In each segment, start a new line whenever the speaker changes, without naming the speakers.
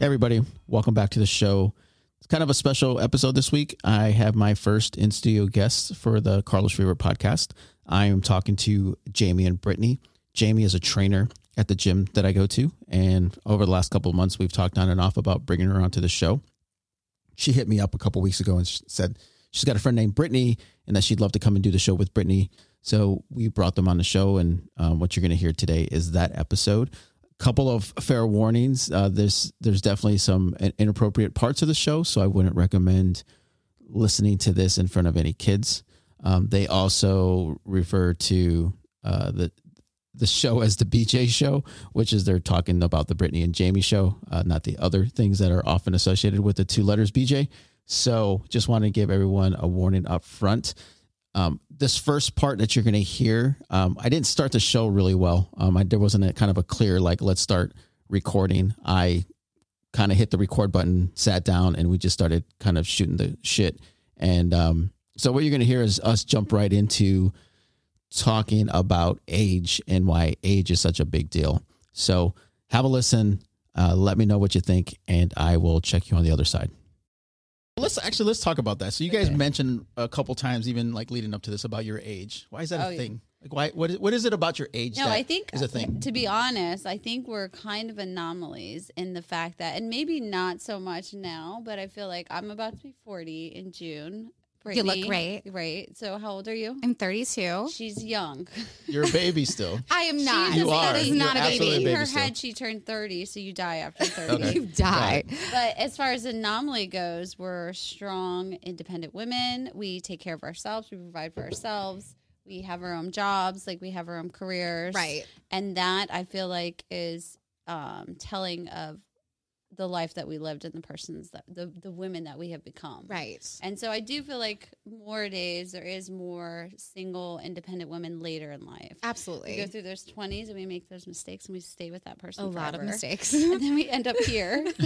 everybody, welcome back to the show. It's kind of a special episode this week. I have my first in studio guests for the Carlos River podcast. I am talking to Jamie and Brittany. Jamie is a trainer at the gym that I go to. And over the last couple of months, we've talked on and off about bringing her onto the show. She hit me up a couple weeks ago and she said she's got a friend named Brittany and that she'd love to come and do the show with Brittany. So we brought them on the show. And um, what you're going to hear today is that episode couple of fair warnings. Uh, there's there's definitely some inappropriate parts of the show, so I wouldn't recommend listening to this in front of any kids. Um, they also refer to uh, the the show as the BJ show, which is they're talking about the Brittany and Jamie show, uh, not the other things that are often associated with the two letters BJ. So just want to give everyone a warning up front um, this first part that you're going to hear, um, I didn't start the show really well. Um, I, there wasn't a kind of a clear like, let's start recording. I kind of hit the record button, sat down, and we just started kind of shooting the shit. And um, so what you're going to hear is us jump right into talking about age and why age is such a big deal. So have a listen. Uh, let me know what you think, and I will check you on the other side. Let's actually let's talk about that. So you guys
Okay.
mentioned a couple times, even like leading up to this, about your age. Why is that
Oh,
a
yeah.
thing? Like why what is, what is it about your age?
No,
that
I think
is a thing.
to be honest, I think we're kind of anomalies in the fact that, and maybe not so much now, but I feel like I'm about to be 40 in June.
You look
Brittany,
great.
Right. So, how old are you?
I'm 32.
She's young.
You're a baby still.
I am not.
She's
You
a
are.
That is
baby.
You're
not a
absolutely
baby.
a
In her
baby still.
head, she turned 30, so you die after 30.
Okay.
You die.
But as far as anomaly goes, we're strong, independent women. We take care of ourselves. We provide for ourselves. We have our own jobs. Like we have our own careers.
Right.
And that I feel like is um, telling of the life that we lived and the persons that the, the women that we have become.
Right.
And so I do feel like more days there is more single, independent women later in life. We go
Absolutely.
through those 20s and we make those mistakes and we stay with that person
A lot of
forever
mistakes.
and then we end up here.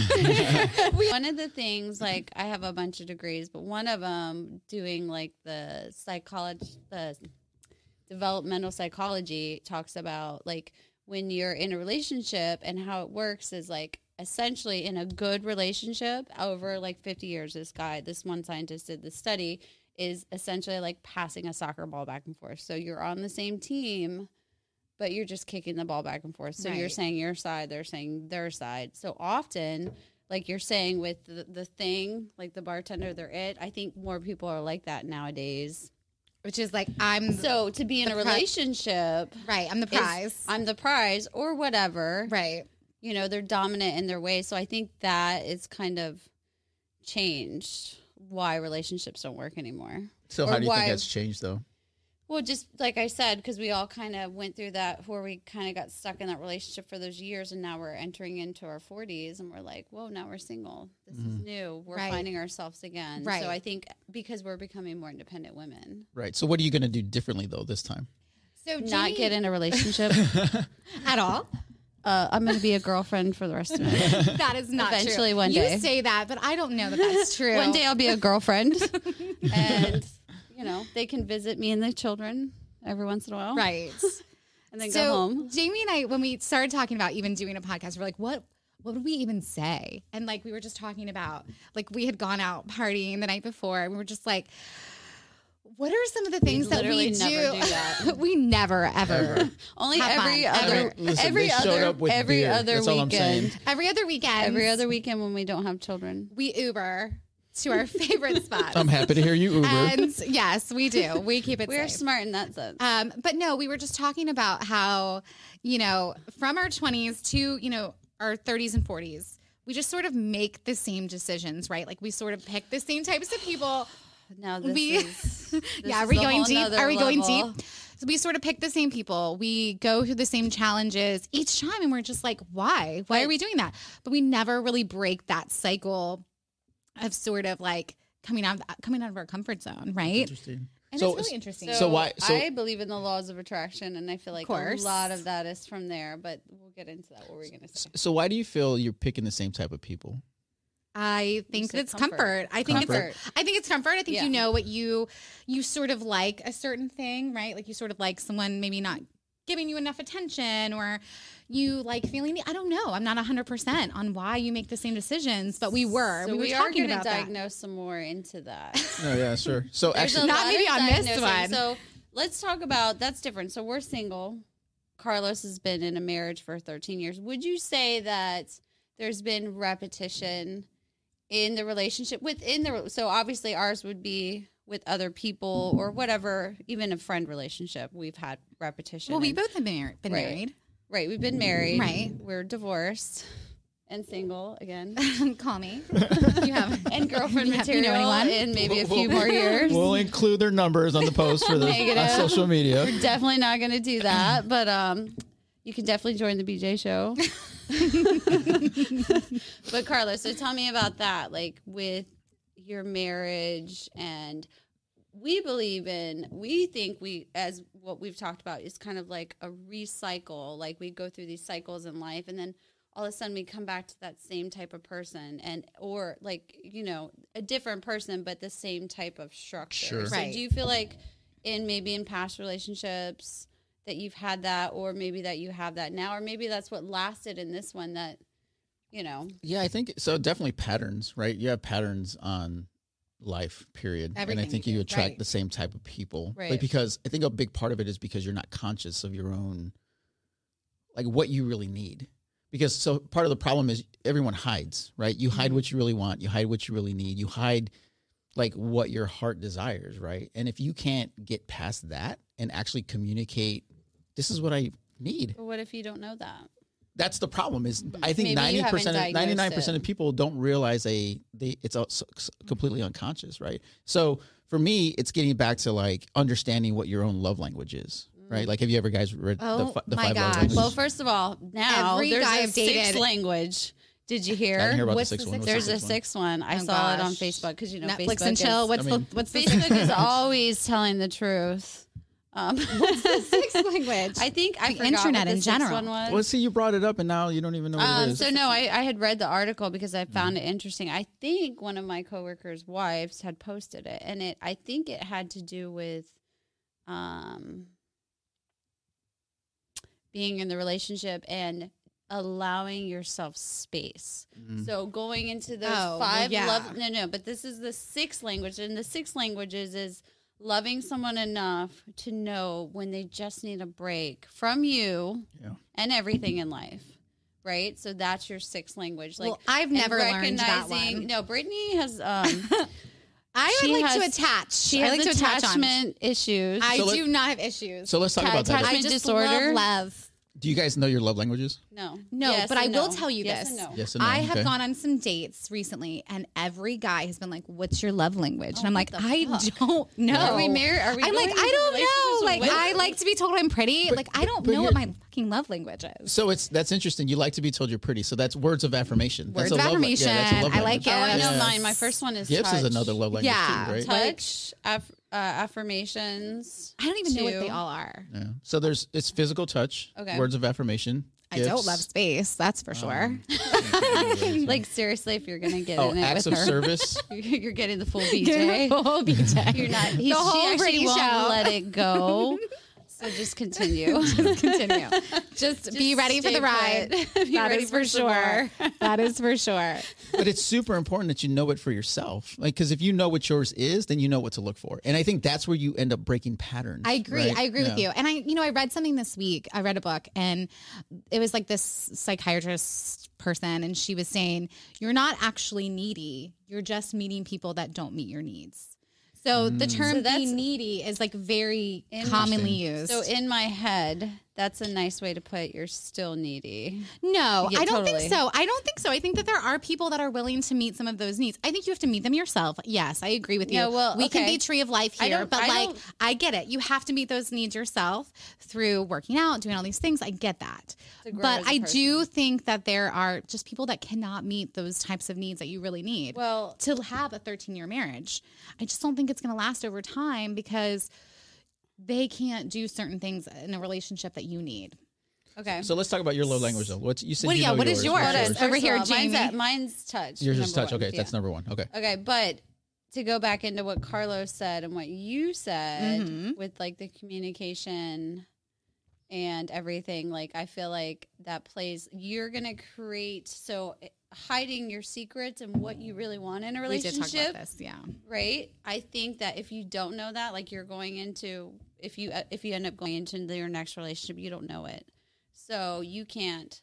one of the things, like, I have a bunch of degrees, but one of them doing like the psychology, the developmental psychology talks about like when you're in a relationship and how it works is like essentially in a good relationship over like 50 years. This guy, this one scientist did this study is essentially like passing a soccer ball back and forth. So you're on the same team, but you're just kicking the ball back and forth. So you're
Right.
saying your side, they're saying their side. So often, like you're saying with the, the thing, like the bartender, they're it. I think more people are like that nowadays.
Which is like, I'm
So to be in a
The pri-
relationship,
right. I'm the
is,
prize.
I'm the prize or whatever.
right.
You know, they're dominant in their way. So I think that is kind of changed why relationships don't work anymore.
So
Or
how do you
why-
think that's changed though?
Well, just like I said, because we all kind of went through that where we kind of got stuck in that relationship for those years, and now we're entering into our 40s and we're like, whoa, now we're single. This is
Mm-hmm.
new. We're
Right.
finding ourselves again.
Right.
So I think because we're becoming more independent women,
Right. So what are you gonna do differently though this time?
So
not
Jamie-
get in a relationship.
at all.
uh, I'm going to be a girlfriend for the rest of my life.
That is not true.
Eventually, one day.
You say that, but I don't know that that's true.
One day I'll be a girlfriend, and you know they can visit me and the children every once in a while,
Right.
And then go
so
home.
Jamie and I, when we started talking about even doing a podcast, we're like, what? What would we even say? And like we were just talking about, like we had gone out partying the night before, and we were just like, what are some of the things that we
literally
do?
never do that.
we never ever.
Only
Have fun.
every
Ever.
other,
Listen,
every
they showed
other,
up with
every
beer.
other
That's all I'm
weekend.
saying.
Every other weekend,
Every other weekend when we don't have children.
we Uber to our favorite spots.
I'm happy to hear you, Uber.
and yes, we do. We keep it.
We're
safe.
smart in that sense.
Um, but no, we were just talking about how, you know, from our 20s to, you know, our 30s and 40s, we just sort of make the same decisions, right? Like we sort of pick the same types of people.
Now this
we-
is this
yeah, are
is
we
a
going
whole
deep?
nother
Are we
level.
going deep? So we sort of pick the same people. We go through the same challenges each time and we're just like, why? Why are we doing that? But we never really break that cycle of sort of like coming out of, coming out of our comfort zone, right?
Interesting.
And
So
it's
it's-
really interesting.
So,
So why- so-
I believe in the laws of attraction, and I feel like a
course.
lot of that is from there. But we'll get into that. What we're going to say.
So why do you feel you're picking the same type of people?
I think
said
it's
comfort.
comfort. I think
Comfort.
it's I think it's comfort. I think
Yeah.
you know what you you sort of like a certain thing, right? Like you sort of like someone maybe not giving you enough attention or you like feeling the I don't know. I'm not 100% on why you make the same decisions, but we were.
So
we were
are
talking
going to
about that.
diagnose some more into that.
Oh yeah, sure. So
There's
actually,
a
Not
lot
maybe
of
on this
diagnosing.
one.
So let's talk about that's different. So we're single. Carlos has been in a marriage for 13 years. Would you say that there's been repetition in the relationship within the so obviously ours would be with other people or whatever, even a friend relationship. We've had repetition.
Well, we
And-
both have been, mar- been
Right.
married.
right, we've been married.
Right.
We're divorced and single again.
Call me. You have
And girlfriend
Yeah, you know
material
anyone?
in maybe a
We'll-
few more years.
we'll include their numbers on the post for the on
Negative.
social media.
definitely not going to do that. But um, you can definitely join the BJ show. but Carlos, so tell me about that, like with your marriage and we believe in we think we as what we've talked about is kind of like a recycle like we go through these cycles in life and then all of a sudden we come back to that same type of person and or like you know a different person but the same type of structure
Sure.
so
Right.
do you feel like in maybe in past relationships that you've had that or maybe that you have that now or maybe that's what lasted in this one that you know
Yeah, I think so. Definitely patterns, right? You have patterns on life, period. and I
Everything
think
you
you
do,
attract
right.
the same type of people, Like,
Right.
because I think a big part of it is because you're not conscious of your own, like what you really need. Because so part of the problem is everyone hides, right? You
Mm-hmm.
hide what you really want, you hide what you really need, you hide like what your heart desires, right? And if you can't get past that and actually communicate, this is what I need.
but what if you don't know that
that's the problem is I think
Maybe you
ninety percent,
haven't
ninety
diagnosed
nine percent
it.
of people don't realize they they it's all s- s- completely unconscious, right? So for me, it's getting back to like understanding what your own love language is, right? Like, have you ever guys read the,
Mm. Oh
fi- the
my
five love
gosh.
languages?
Well, first of all, now
Every
there's
guy
a
I've dated-
sixth language. Did you
I didn't hear
hear?
about the
what's the
sixth one.
sixth-
What's the
There's a
sixth one?
sixth one. I
Oh,
saw it on
gosh.
Facebook because you know
Netflix
Facebook
and chill.
Is,
What's
I mean-
the what's the
Facebook is always telling the truth. Um,
sixth language?
I think I
The
forgot
internet
what the
in
sixth
general.
One was.
Well, see, you brought it up, and now you don't even know what it
Um,
is.
so no, I, I had read the article because I found it interesting. I think one of my coworkers' wives had posted it, and it I think it had to do with, um, being in the relationship and allowing yourself space.
Mm.
So going into those
Oh, well,
five
yeah.
love no no, but this is the sixth language, and the six languages is loving someone enough to know when they just need a break from you
Yeah.
and everything in life, right? So that's your sixth language. Like
well, I've
and
never learned that
recognizing-
one.
No, Brittany has um,
I
she
would like to
has-
attach.
she
I
has
like to attach on.
attachment issues.
I
So let-
do not have issues.
so let's talk about that.
attachment
I just
disorder?
love love.
Do you guys know your love languages?
no,
No,
Yes
but I
and
will
no.
tell you
Yes
this.
and no.
Yes and no.
I have
Okay.
gone on some dates recently, and every guy has been like, "What's your love language?" and I'm like,
Oh, what the
"I
fuck?
don't know."
Are we married? Are we?
I'm like,
going into
I don't know.
relationships
Like,
with
I
women?
like to be told I'm pretty. like, I don't
but
know what
you're-
my fucking love language is.
So it's that's interesting. You like to be told you're pretty. So that's words of affirmation.
Words
that's a
of
love lang-
affirmation.
Yeah, that's a love
I like
language.
Oh, I know
Yeah.
mine. My first one is
Gifts
touch.
is another love language
Yeah.
too, right?
touch aff- uh, affirmations.
I don't even know what
Two.
they all are.
Yeah. So there's it's physical touch,
Okay.
words of affirmation.
I don't
gifts,
love space. That's for sure. Hmm.
um,
Like seriously, if you're gonna get
oh,
in it
acts
with
of
her,
service.
you're getting the full
You're
BJ.
a whole BJ.
You're not. He's,
The whole
she actually
Brady
won't
show.
let it go. So just continue.
Just continue. Just, be
Just
ready for
stay
the ride.
put. Be
That
ready
is for
some more.
sure. that is for sure.
but it's super important that you know it for yourself. Like, because if you know what yours is, then you know what to look for. And I think that's where you end up breaking patterns.
I agree.
right?
I agree with
Yeah.
you. And I, you know, I read something this week. I read a book and it was like this psychiatrist person, and she was saying, You're not actually needy. You're just meeting people that don't meet your needs. So the
Mm.
term
So that's-
being needy is like very commonly used.
So in my head, that's a nice way to put you're still needy.
no,
Yeah,
I don't
totally.
think so. I don't think so. I think that there are people that are willing to meet some of those needs. I think you have to meet them yourself. Yes, I agree with you.
No, well,
we can
okay.
be tree of life
I
here,
don't-
but
I
like
don't-
I get it. You have to meet those needs yourself through working out, doing all these things. I get that.
To grow
But
as a
I do think that there are just people that cannot meet those types of needs that you really need
Well,
to have a 13 year marriage. I just don't think it's going to last over time because they can't do certain things in a relationship that you need.
okay.
So let's talk about your love language though. What's you said?
What-
you
yeah,
know
what is
What's
yours?
First
Over
of
here,
all, Mine's,
Jamie.
at- mine's touch.
Yours is
number
touch.
one.
Okay,
Yeah.
that's number one. Okay.
Okay, but to go back into what Carlos said and what you said
Mhm.
with like the communication and everything. Like I feel like that plays. You're gonna create so eh, hiding your secrets and what you really want in a
We did talk about
relationship
this. Yeah.
right i think that if you don't know that like you're going into if you uh, if you end up going into your next relationship you don't know it so you can't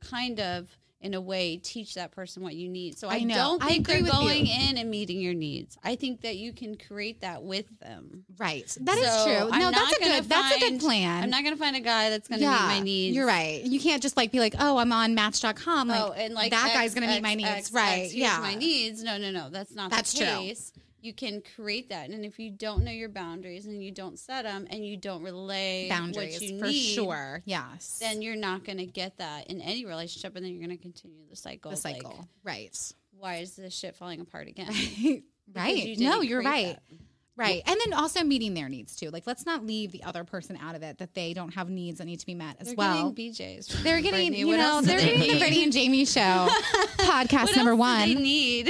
kind of in a way teach that person what you need so i,
I know.
don't
I
think
agree
they're
with you.
going in and meeting your needs i think that you can create that with them
Right. That is
So,
true.
I'm
No, that's
not
a good
gonna
that's a good
find-
plan.
i'm not going to find a guy that's going to meet my needs
You're right. You can't just like be like, oh, I'm on match.com. Like,
oh, and like
that
X,
guy's gonna meet
X,
my needs.
X,
Right,
X, here's
yeah.
my needs. No, no, no. That's not
That's
the
true.
case. You can create that, and if you don't know your boundaries and you don't set them and you don't relay
boundaries
what you
for
need,
sure. Yes.
then you're not going to get that in any relationship, and then you're going to continue the cycle.
the
of, like,
cycle. right.
why is this shit falling apart again? Because
right.
you
no,
didn't
you're
create
right.
that.
Right. And then also meeting their needs too. Like let's not leave the other person out of it that they don't have needs that need to be met as
They're
well.
getting BJ's. from
they're getting,
Brittany.
you
What
know,
else do
they're
they
getting the
need?
Brittany and Jamie show podcast
What
number
else do
one.
They need.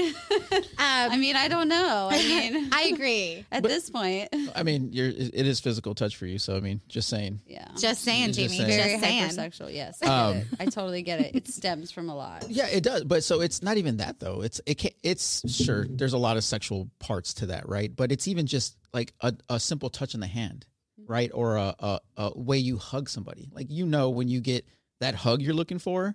I
Um,
mean, I don't know. I mean,
I agree.
at
But-
this point,
I mean, you're it is physical touch for you, so I mean, just saying.
yeah.
Just saying,
Just
Jamie.
saying.
very
Just saying.
hypersexual. Yes, I,
Um,
get it. I totally get it. It stems from a lot.
Yeah, it does. But so it's not even that though. It's it can it's sure there's a lot of sexual parts to that, right? But it's even just like a, a simple touch in the hand,
Mm-hmm.
right? Or a, a a way you hug somebody. Like you know when you get that hug you're looking for,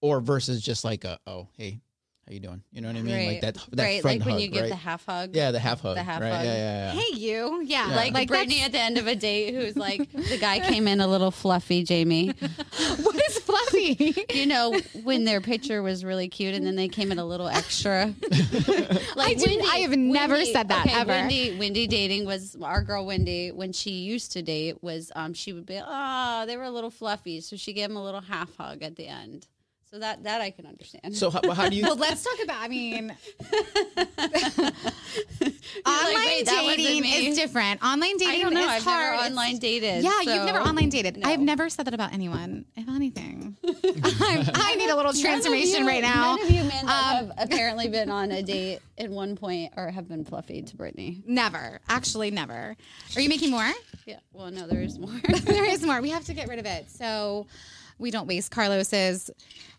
or versus just like a oh hey how you doing? You know what I mean? Like
Right.
that that
right,
front
like when
hug,
you give
right?
the half hug.
yeah, the half hug.
the half
right?
hug.
Yeah, yeah, yeah.
Hey you. Yeah.
Yeah.
Like,
that's-
Brittany at the end of a date, who's like, the guy came in a little fluffy, Jamie.
what is fluffy?
You know, when their picture was really cute and then they came in a little extra.
I do- I have never said that,
okay,
ever.
Wendy, Wendy dating was our girl Wendy when she used to date was um she would be oh they were a little fluffy so she gave him a little half hug at the end so that that I can understand.
So how, but how do you?
well, let's talk about. I mean,
like,
online
"Wait, that wasn't
dating
me."
is different. Online dating
I don't know.
is
I've
hard.
never
It's-
online dated.
Yeah,
so-
you've never online dated.
No.
I've never said that about anyone, if anything. I'm, I need a little
None of
transformation
you-
right now.
None of you men that
Um,
have apparently been on a date at one point or have been fluffy to Brittany.
Never, actually, never. Are you making more?
Yeah. Well, no, there is more.
there is more. We have to get rid of it so we don't waste Carlos's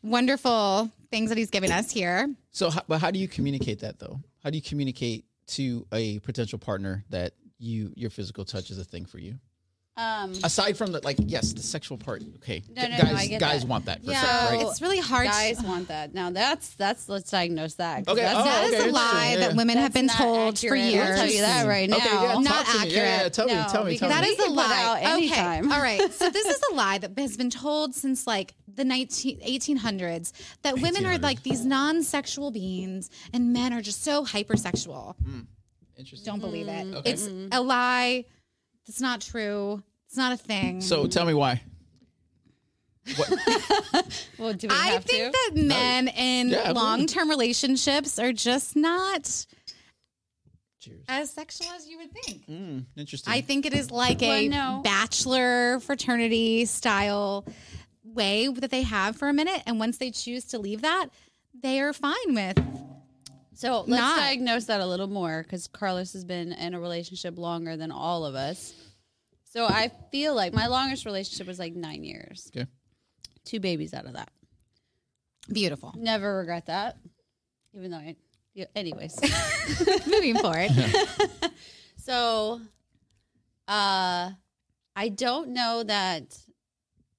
wonderful things that he's given us here.
So, how, but how do you communicate that though? How do you communicate to a potential partner that you your physical touch is a thing for you?
Um,
Aside from the like, yes, the sexual part. Okay,
No, no, no,
guys,
I get
guys
that.
want that for
Yeah.
sure, right?
So-
It's really hard.
guys want that. Now that's that's let's diagnose that. 'cause
Okay,
That's
oh,
that is
okay,
a
interesting,
lie
yeah.
that women
That's
have been
not
told for
accurate. I'll
years.
tell you that right
Okay, yeah,
now.
talk
Not
to me. Yeah, yeah,
accurate.
tell me,
No,
tell me, tell
because
me.
That
We
is
can
a
put
lie.
out anytime.
Okay. All right. So this is a lie that has been told since like the 19, 1800s that women are
1800s.
like these non-sexual beings and men are just so hypersexual.
Interesting.
Don't believe it.
Okay.
It's a lie. It's not true. It's not a thing.
So tell me why. What?
Well, do we
I
have
think
to?
that men in
Yeah, absolutely.
long-term relationships are just not
Cheers.
as sexual as you would think.
Mm, interesting.
I think it is like
Well,
a
no.
bachelor fraternity style way that they have for a minute, and once they choose to leave that, they are fine with.
so let's
Not.
diagnose that a little more because Carlos has been in a relationship longer than all of us. So I feel like my longest relationship was like nine years.
Okay.
Two babies out of that.
Beautiful.
Never regret that. Even though I, yeah, anyways.
Moving forward,
So, uh, I don't know that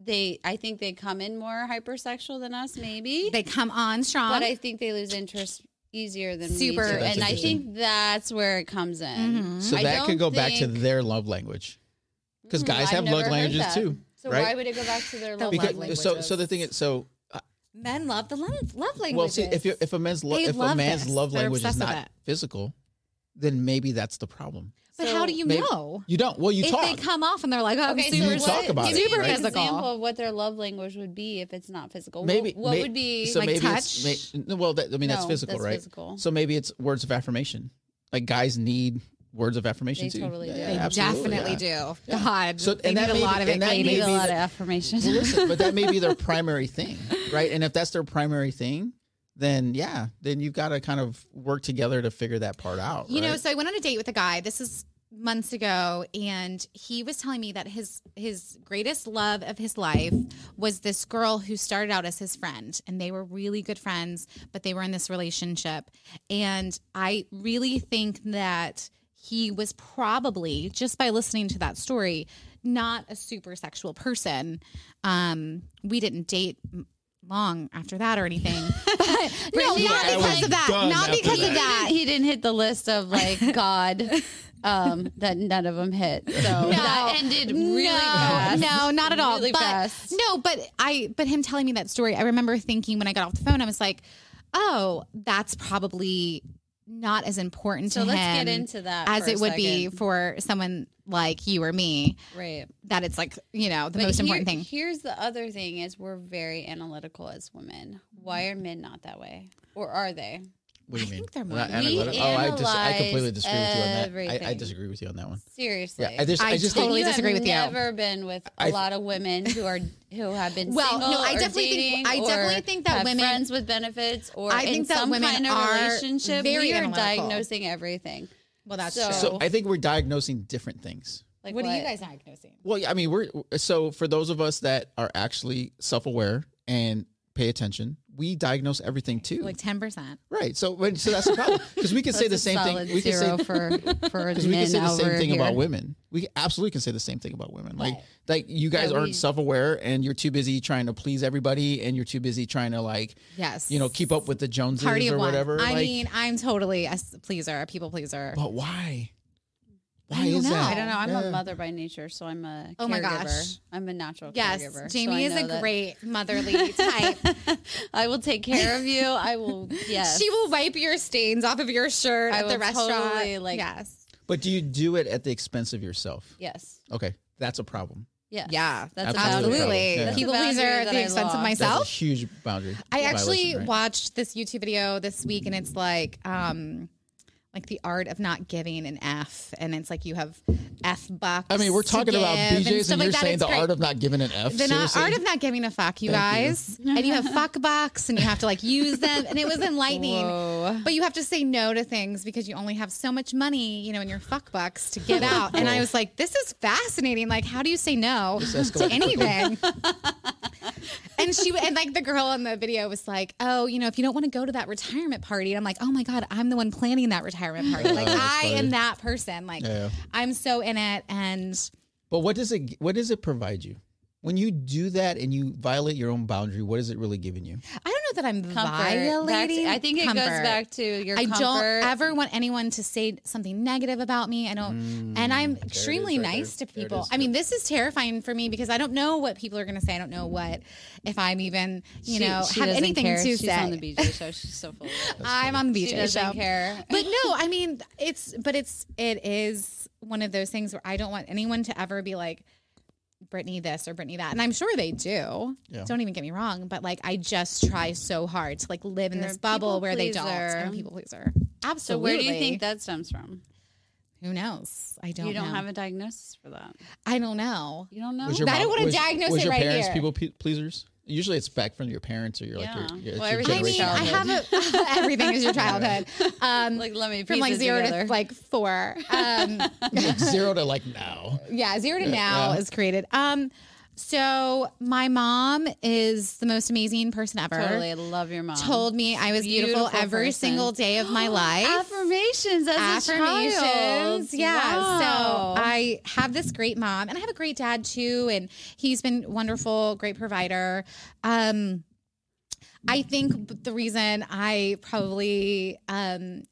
they. I think they come in more hypersexual than us, maybe.
they come on strong.
but I think they lose interest easier than
Super.
We
So
do.
that's
And I
interesting.
think that's where it comes in.
Mhm.
so
I
that
don't
could go back to
think-
their love language, because
Mm,
guys
I've
have
never
love
heard
languages
that.
too,
So
right?
why would it go back to their love
because,
languages?
So, so the thing is, so uh,
Men love the love, love languages.
well, see, if you, if a man's lo-
They
if a
love
man's
this.
love
They're
language is
obsessed with
not
it.
physical, then maybe that's the problem.
but
So
how do you
maybe-
know
You don't. Well, you
if
talk.
they come off and they're like, "Oh,
Okay,
I'm super,
so
You
what,
talk about it,
give me
super
right?
an
physical."
example of what their love language would be if it's not physical. What-
maybe
what,
may-
would be
so
Like
maybe it's-
touch?
may- no, well, that, I mean that's
No,
physical,
that's
right?
physical.
So maybe it's words of affirmation. Like guys need words of affirmation
They
too.
totally do.
Yeah,
They
absolutely,
Definitely
yeah.
do. God,
So-
they
and that
need a
may
lot
be-
of it,
and that may
need
maybe
a
be
ladies.
the-
lot of affirmation?
Well, listen, but that may be their primary thing, right? And if that's their primary thing, then yeah, then you've got to kind of work together to figure that part out.
You know,
right?
so I went on a date with a guy. This is months ago and he was telling me that his his greatest love of his life was this girl who started out as his friend and they were really good friends but they were in this relationship and i really think that he was probably just by listening to that story not a super sexual person um we didn't date m- long after that or anything but no
Brittany,
not
I
because
was
of that
done
not
after
because
that.
of that
He didn't hit the list of like God um, that none of them hit. So that ended really
no,
fast.
No, not at all.
Really
but,
fast.
No, but I but him telling me that story, I remember thinking when I got off the phone, I was like, "Oh, that's probably not as important
So
to
let's
him
get into that
as
for a
it would be
second.
for someone like you or me.
right.
That it's like you know the
But
most
here-
important thing.
Here's the other thing: is we're very analytical as women. Why are men not that way, or are they?
What do you
I
mean?
think they're
Not
more- We
analytical? oh, I, dis- I completely
analyze
disagree with you on that. I, I
everything.
disagree with you on that one.
Seriously,
Yeah, I just, I
I
just
totally-
think,
disagree with you.
have Never been with a
I-
lot of women who are who have been
Well,
Single
no, I
or
definitely think-
dating
I
or
definitely think that
have
women-
friends with benefits or
I
in
think that
some
women
kind of
are
relationship.
very
we are
analytical.
diagnosing everything.
Well, that's
So-
true.
so I think we're diagnosing different things.
Like
what are you guys diagnosing?
Well, yeah, I mean, we're so for those of us that are actually self-aware and pay attention, we diagnose everything too.
Like ten percent.
right. So, when- so that's the problem because we can say the
That's a
same thing.
solid
We can
zero
say
for for
because
men
we can say the same
over
thing
here.
about women. We absolutely can say the same thing about women. Like, like you guys
Yeah,
aren't
we-
self-aware and you're too busy trying to please everybody and you're too busy trying to like,
Yes.
you know, keep up with the Joneses
party
or
of one.
whatever.
I
like,
mean, I'm totally a s- pleaser, a people pleaser.
but why? Why
don't
is
know.
that?
I don't know. I'm
Yeah.
a mother by nature, so I'm a
Oh
caregiver.
my gosh.
I'm a natural
yes,
caregiver. so I
Jamie is
know
a
that
great motherly type.
I will take care of you. I will. Yes.
She will wipe your stains off of your shirt
I
at the
will
restaurant.
totally, like-
yes.
But do you do it at the expense of yourself?
Yes.
Okay, that's a problem.
Yes.
Yeah,
That's
Absolutely.
a boundary.
absolutely.
Yeah.
People
That's a
pleaser
boundary
at
that
the
I
expense of
lost.
myself.
That's a huge boundary.
I actually
violation, right?
watched this YouTube video this week, and it's like, um, like the art of not giving an F, and it's like you have F bucks.
I mean, we're
to
talking about BJ's,
give
and,
stuff
you're
like that.
saying
It's
the
great.
art of not giving an F.
the not,
seriously?
art of not giving a fuck, you
Thank you.
guys, and you have fuck bucks, and you have to like use them, and it was enlightening.
Whoa.
But you have to say no to things because you only have so much money, you know, in your fuck bucks to get out. And I was like, this is fascinating. Like, how do you say no to
escalated quickly.
anything? and she and like the girl in the video was like, oh, you know, if you don't want to go to that retirement party, and I'm like, oh my god, I'm the one planning that retirement party. Like,
that's
I
funny.
am that person. Like,
Yeah.
I'm so in it. And
But what does it? What does it provide you? When you do that and you violate your own boundary, what is it really giving you?
I don't know that I'm
Comfort.
violating.
That's- I think it goes
comfort.
back to your
I
comfort.
don't ever want anyone to say something negative about me. I don't, Oh, and I'm extremely
right Mm, there.
nice to
There it
people.
is.
I mean, this is terrifying for me because I don't know what people are going to say. I don't know what if I'm even, you
She-
know,
she
have
doesn't
anything
care.
to
She's
say.
on the BJ show. She's so full. Of it.
I'm on the
She
BJ
doesn't
show.
care.
But no, I mean, it's but it's it is one of those things where I don't want anyone to ever be like Brittany this or Brittany that, and I'm sure they do.
Yeah.
Don't even get me wrong, but like I just try so hard to like live in
You're
this
a
bubble
people
where they don't.
pleaser.
I'm a people pleaser. Absolutely.
so where do you think that stems from?
Who knows? I don't.
you don't
know.
have a diagnosis for that.
I don't know.
You don't know.
Was your
I don't
mom-
wanna
was-
diagnose
was
it
your
right
parents
here.
People pe- pleasers. Usually, it's back from your parents or your like your,
Yeah.
your,
Well,
your
everything
I
Every
mean, I
generation.
have a, everything is your childhood. Um,
like let me
from
piece
like
it
zero
together.
to like four. Um,
Like, zero to like now.
yeah, zero to now
yeah.
is created. Um, so my mom is the most amazing person ever.
totally. I love your mom.
Told me I was beautiful,
Beautiful
every
person.
single day of my life.
affirmations as a child.
affirmations. Yeah.
Wow.
So I have this great mom and I have a great dad too. And he's been wonderful, great provider. Um, I think b- the reason I probably, um,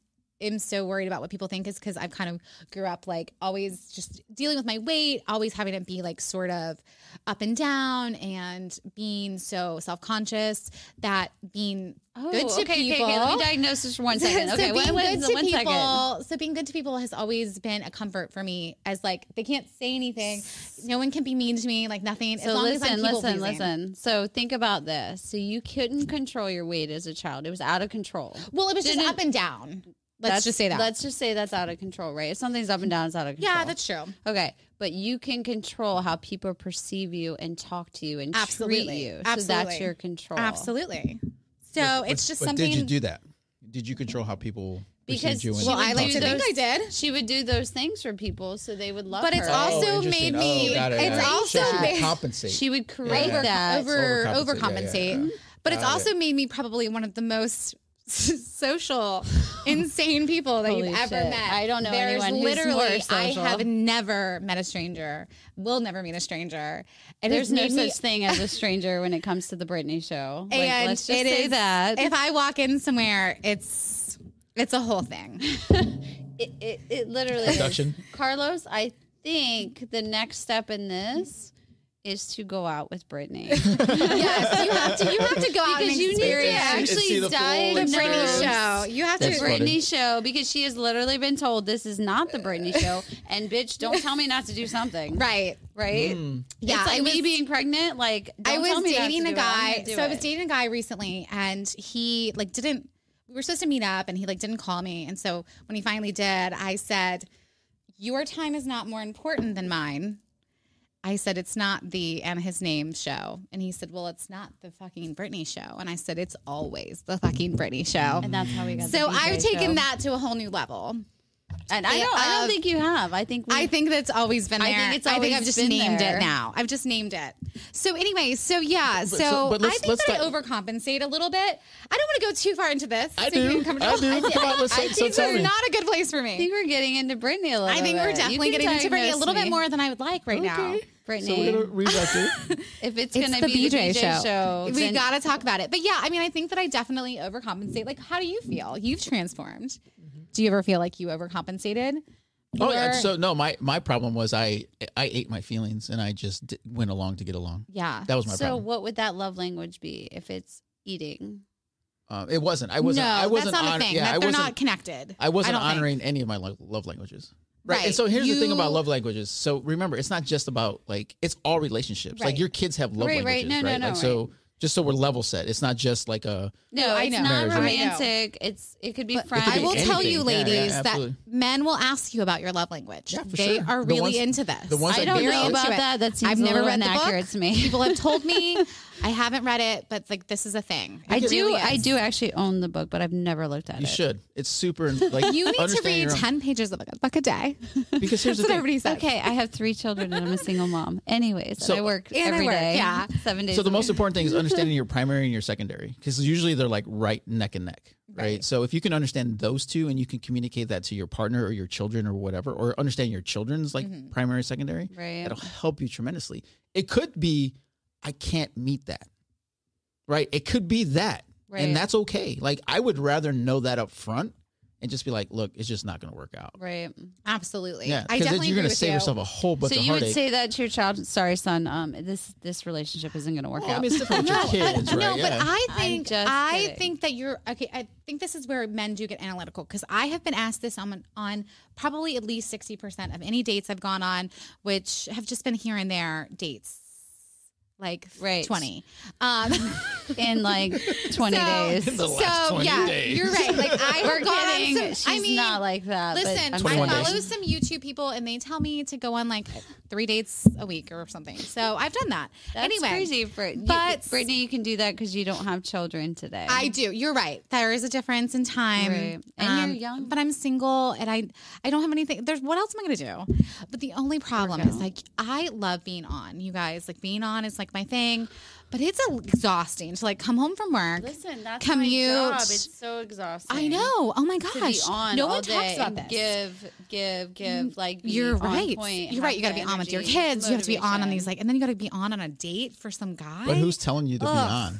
am so worried about what people think is because I've kind of grew up like always just dealing with my weight, always having to be like sort of up and down and being so self conscious that being good to
Oh, okay,
people.
Okay, okay, let me diagnose this for one second. Okay,
being
one, one,
good
one
to
second.
people, so being good to people has always been a comfort for me. As like they can't say anything, no one can be mean to me, like nothing. as
So
long as I'm
listen,
people
listen,
pleasing.
listen. So think about this. So you couldn't control your weight as a child. It was out of control.
Well, it was just
Didn't-
up and down. Let's
That's-
just say that.
Let's just say that's out of control, right? If something's up and down, it's out of control.
yeah, that's true.
okay. But you can control how people perceive you and talk to you and treat
Absolutely.
you. So
Absolutely.
that's your control.
Absolutely. So
But-
it's just
but
something.
Did you do that? Did you control how people
because
you in
she
Well,
would
I like
do
to
those,
think
did.
she would do those things for people, so they would love
But
her.
it's
Oh,
also
interesting.
made
Oh,
me-
got it.
it's
Yeah.
also
She would
made-
Oh,
compensate.
she would create
Yeah.
that.
over
Overcompensate,
overcompensate.
yeah, yeah, yeah.
But it's
Got
also made me probably one of the most social, insane people that
Holy
you've ever
shit.
met.
I don't know
There's
anyone who's
literally,
more
I
social.
have never met a stranger. Will never meet a stranger. And
There's
it's
no
made me-
such thing as a stranger when it comes to the Britney show. Like,
and
let's just
it
say
is-
that.
If I walk in somewhere, it's it's a whole thing.
it, it, it literally
Abduction.
is. Carlos, I think the next step in this is to go out with Brittany.
yes, you have to you have to go out
because
and
you need to
experience
see
actually
the full
dive
the
into
Britney
this.
show. You have
That's
to
funny.
Britney show because she has literally been told this is not the Britney show and bitch don't tell me not to do something
right. Mm.
right
Yeah,
it's like
I was-
me being pregnant like
I
don't
was
tell me not to
dating
do
a
it. I'm
guy.
gonna do
So I was
it.
dating a guy recently, and he like didn't. We were supposed to meet up, and he like didn't call me. And so when he finally did, I said, "Your time is not more important than mine." I said, "It's not the and his name show," and he said, "Well, it's not the fucking Britney show." And I said, "It's always the fucking Britney show."
and that's how we got the
So
BJ
I've
show.
taken that to a whole new level.
and I don't I don't
of-
think you have I think we,
I think that's always been there.
I think it's
I
always
have just
been
named
there.
it now. I've just named it. So anyway, so yeah, so,
so- but let's-
I think
let's
that I
not-
overcompensate a little bit. I don't want to go too far into this.
I
so you
do.
can come to-
I do. Come on, let's
I
so
think
tell
This
me.
is not a good place for me.
I think we're getting into Brittany a little
I think
bit.
we're
You
definitely
can
getting into Britney a
diagnose
little bit
me.
more than I would like right now.
So
Brittany
we're gonna redirect it.
if it's,
It's
gonna
the
be
BJ
the BJ
show.
show,
We
then-
got to talk about it. But yeah, I mean, I think that I definitely overcompensate. Like, how do you feel? You've transformed. Do you ever feel like you overcompensated?
Mm-hmm. Oh yeah.
Or-
So no, my my problem was I I ate my feelings and I just d- went along to get along.
yeah.
That was my
so
problem.
what would that love language be if it's eating
Uh, it wasn't. I wasn't.
no,
I wasn't
that's not
honor-
a thing.
Yeah,
That-
I
they're
wasn't.
not connected.
I wasn't
don't think.
honoring any of my lo- love languages. Right.
Right.
And so here's the thing
You-
about love languages. So remember, it's not just about like it's all relationships.
Right.
Like your kids have love
Right, right.
languages,
No, no,
right?
no,
like so just so we're level set. It's not just like a
No,
Oh, I
it's
know.
not
Marriage, right?
romantic. It's it could be
But
friends.
could
I
be
will tell
anything.
you,
Yeah, yeah,
ladies, that
absolutely.
men will ask you about your love language.
Yeah, for
they
sure.
are
The
really
ones-
into this.
the ones
I
that
don't
Very
know
into
about
it.
that. That seems
I've
a
never
little
read the book.
inaccurate to me.
People have told me I haven't read it, but like this is a thing. It
I do.
really
I
is.
do actually own the book, but I've never looked at
you
it.
should. It's super like
You need to
understand
read
your own-
ten pages of a book a day.
because here's
That's
the
what
thing.
everybody says.
Okay, I have three children and I'm a single mom. Anyways,
So-
I work every day,
And I work, yeah.
seven days.
So the
a
most
week.
important thing is understanding your primary and your secondary because usually they're like right neck and neck, right? So if you can understand those two and you can communicate that to your partner or your children or whatever, or understand your children's like
Mm-hmm.
primary secondary,
Right.
that'll help you tremendously. It could be, I can't meet that, right? It could be that,
Right.
and that's okay. Like I would rather know that up front and just be like, look, it's just not going to work out.
right?
Absolutely.
Yeah,
I
because
definitely
you're
agree
gonna
with
save
you.
yourself a whole bunch
so
of
you would
heartache.
say that to your child, sorry, son, um, this this relationship isn't going to work
Well, I
out.
mean, it's different with your kids, right?
No,
Yeah.
but I think
just
I
kidding.
think that you're okay. I think this is where men do get analytical because I have been asked this on on probably at least sixty percent of any dates I've gone on, which have just been here and there dates, like
Right.
twenty. Um,
in like 20 days.
the last
so,
20
yeah,
days.
you're right. Like I
We're
have gone on
kidding.
some-
She's
I mean,
not like that. but I'm
Listen, I
kidding.
21 days.
follow some YouTube people, and they tell me to go on like three dates a week or something. So I've done that.
That's
anyway,
crazy, Brit-
but-
you, Brittany. You can do that because you don't have children today.
I do. You're right. There is a difference in time. Um,
Right. And you're young.
But I'm single and I I don't have anything. There's what else am I gonna do? But the only problem is
out.
like I love being on, you guys. Like being on is like my thing. But it's exhausting to like come home from work.
Listen, that's
Commute.
my job. It's so exhausting.
I know. Oh my gosh.
To be on
no
all
one talks
day
about
and
this.
Give, give, give. Like be
Mm, You're
on
right.
Point,
You're
have
right. You
the
got to be on with your
energy,
kids. You have to be on on these
motivation.
like, and then you got to be on on a date for some guy.
But who's telling you to be
Ugh.
on?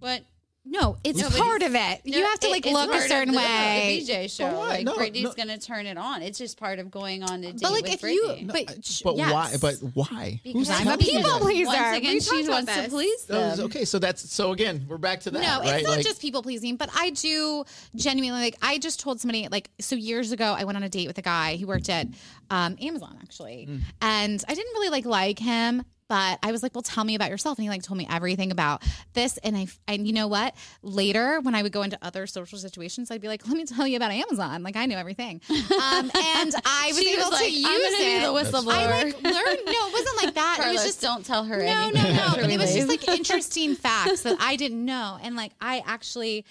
But
no? It's
No, but
part of it. you
no,
have to
it-
like
it's
look
part
a
of
certain
the-
way.
The BJ show.
But why?
Like
No,
Brittany's
no.
gonna turn it on. It's just part of going on a date
But like
with
if
Brittany.
you, but sh-
But
yes.
why? But why?
Because
I'm a
she-
people pleaser.
Once
We
again,
talked
she
about
wants to
this.
please
That was-
them.
okay, so that's so again, we're back to that.
No,
right?
it's not
Like,
just people pleasing, but I do genuinely like. I just told somebody like so years ago. I went on a date with a guy who worked at um, Amazon actually,
Mm.
and I didn't really like like him. But I was like, well, tell me about yourself, and he like told me everything about this. And I and you know what? Later, when I would go into other social situations, I'd be like, let me tell you about Amazon. Like I knew everything, um, and I was
She
able
was like,
to use
I'm gonna
it.
be the
I
whistleblower.
like learned. No, it wasn't like that. it
Carlos,
was just
don't tell her.
no,
anything
no, no.
after
But
we
it was
leave.
just like interesting facts that I didn't know. And like I actually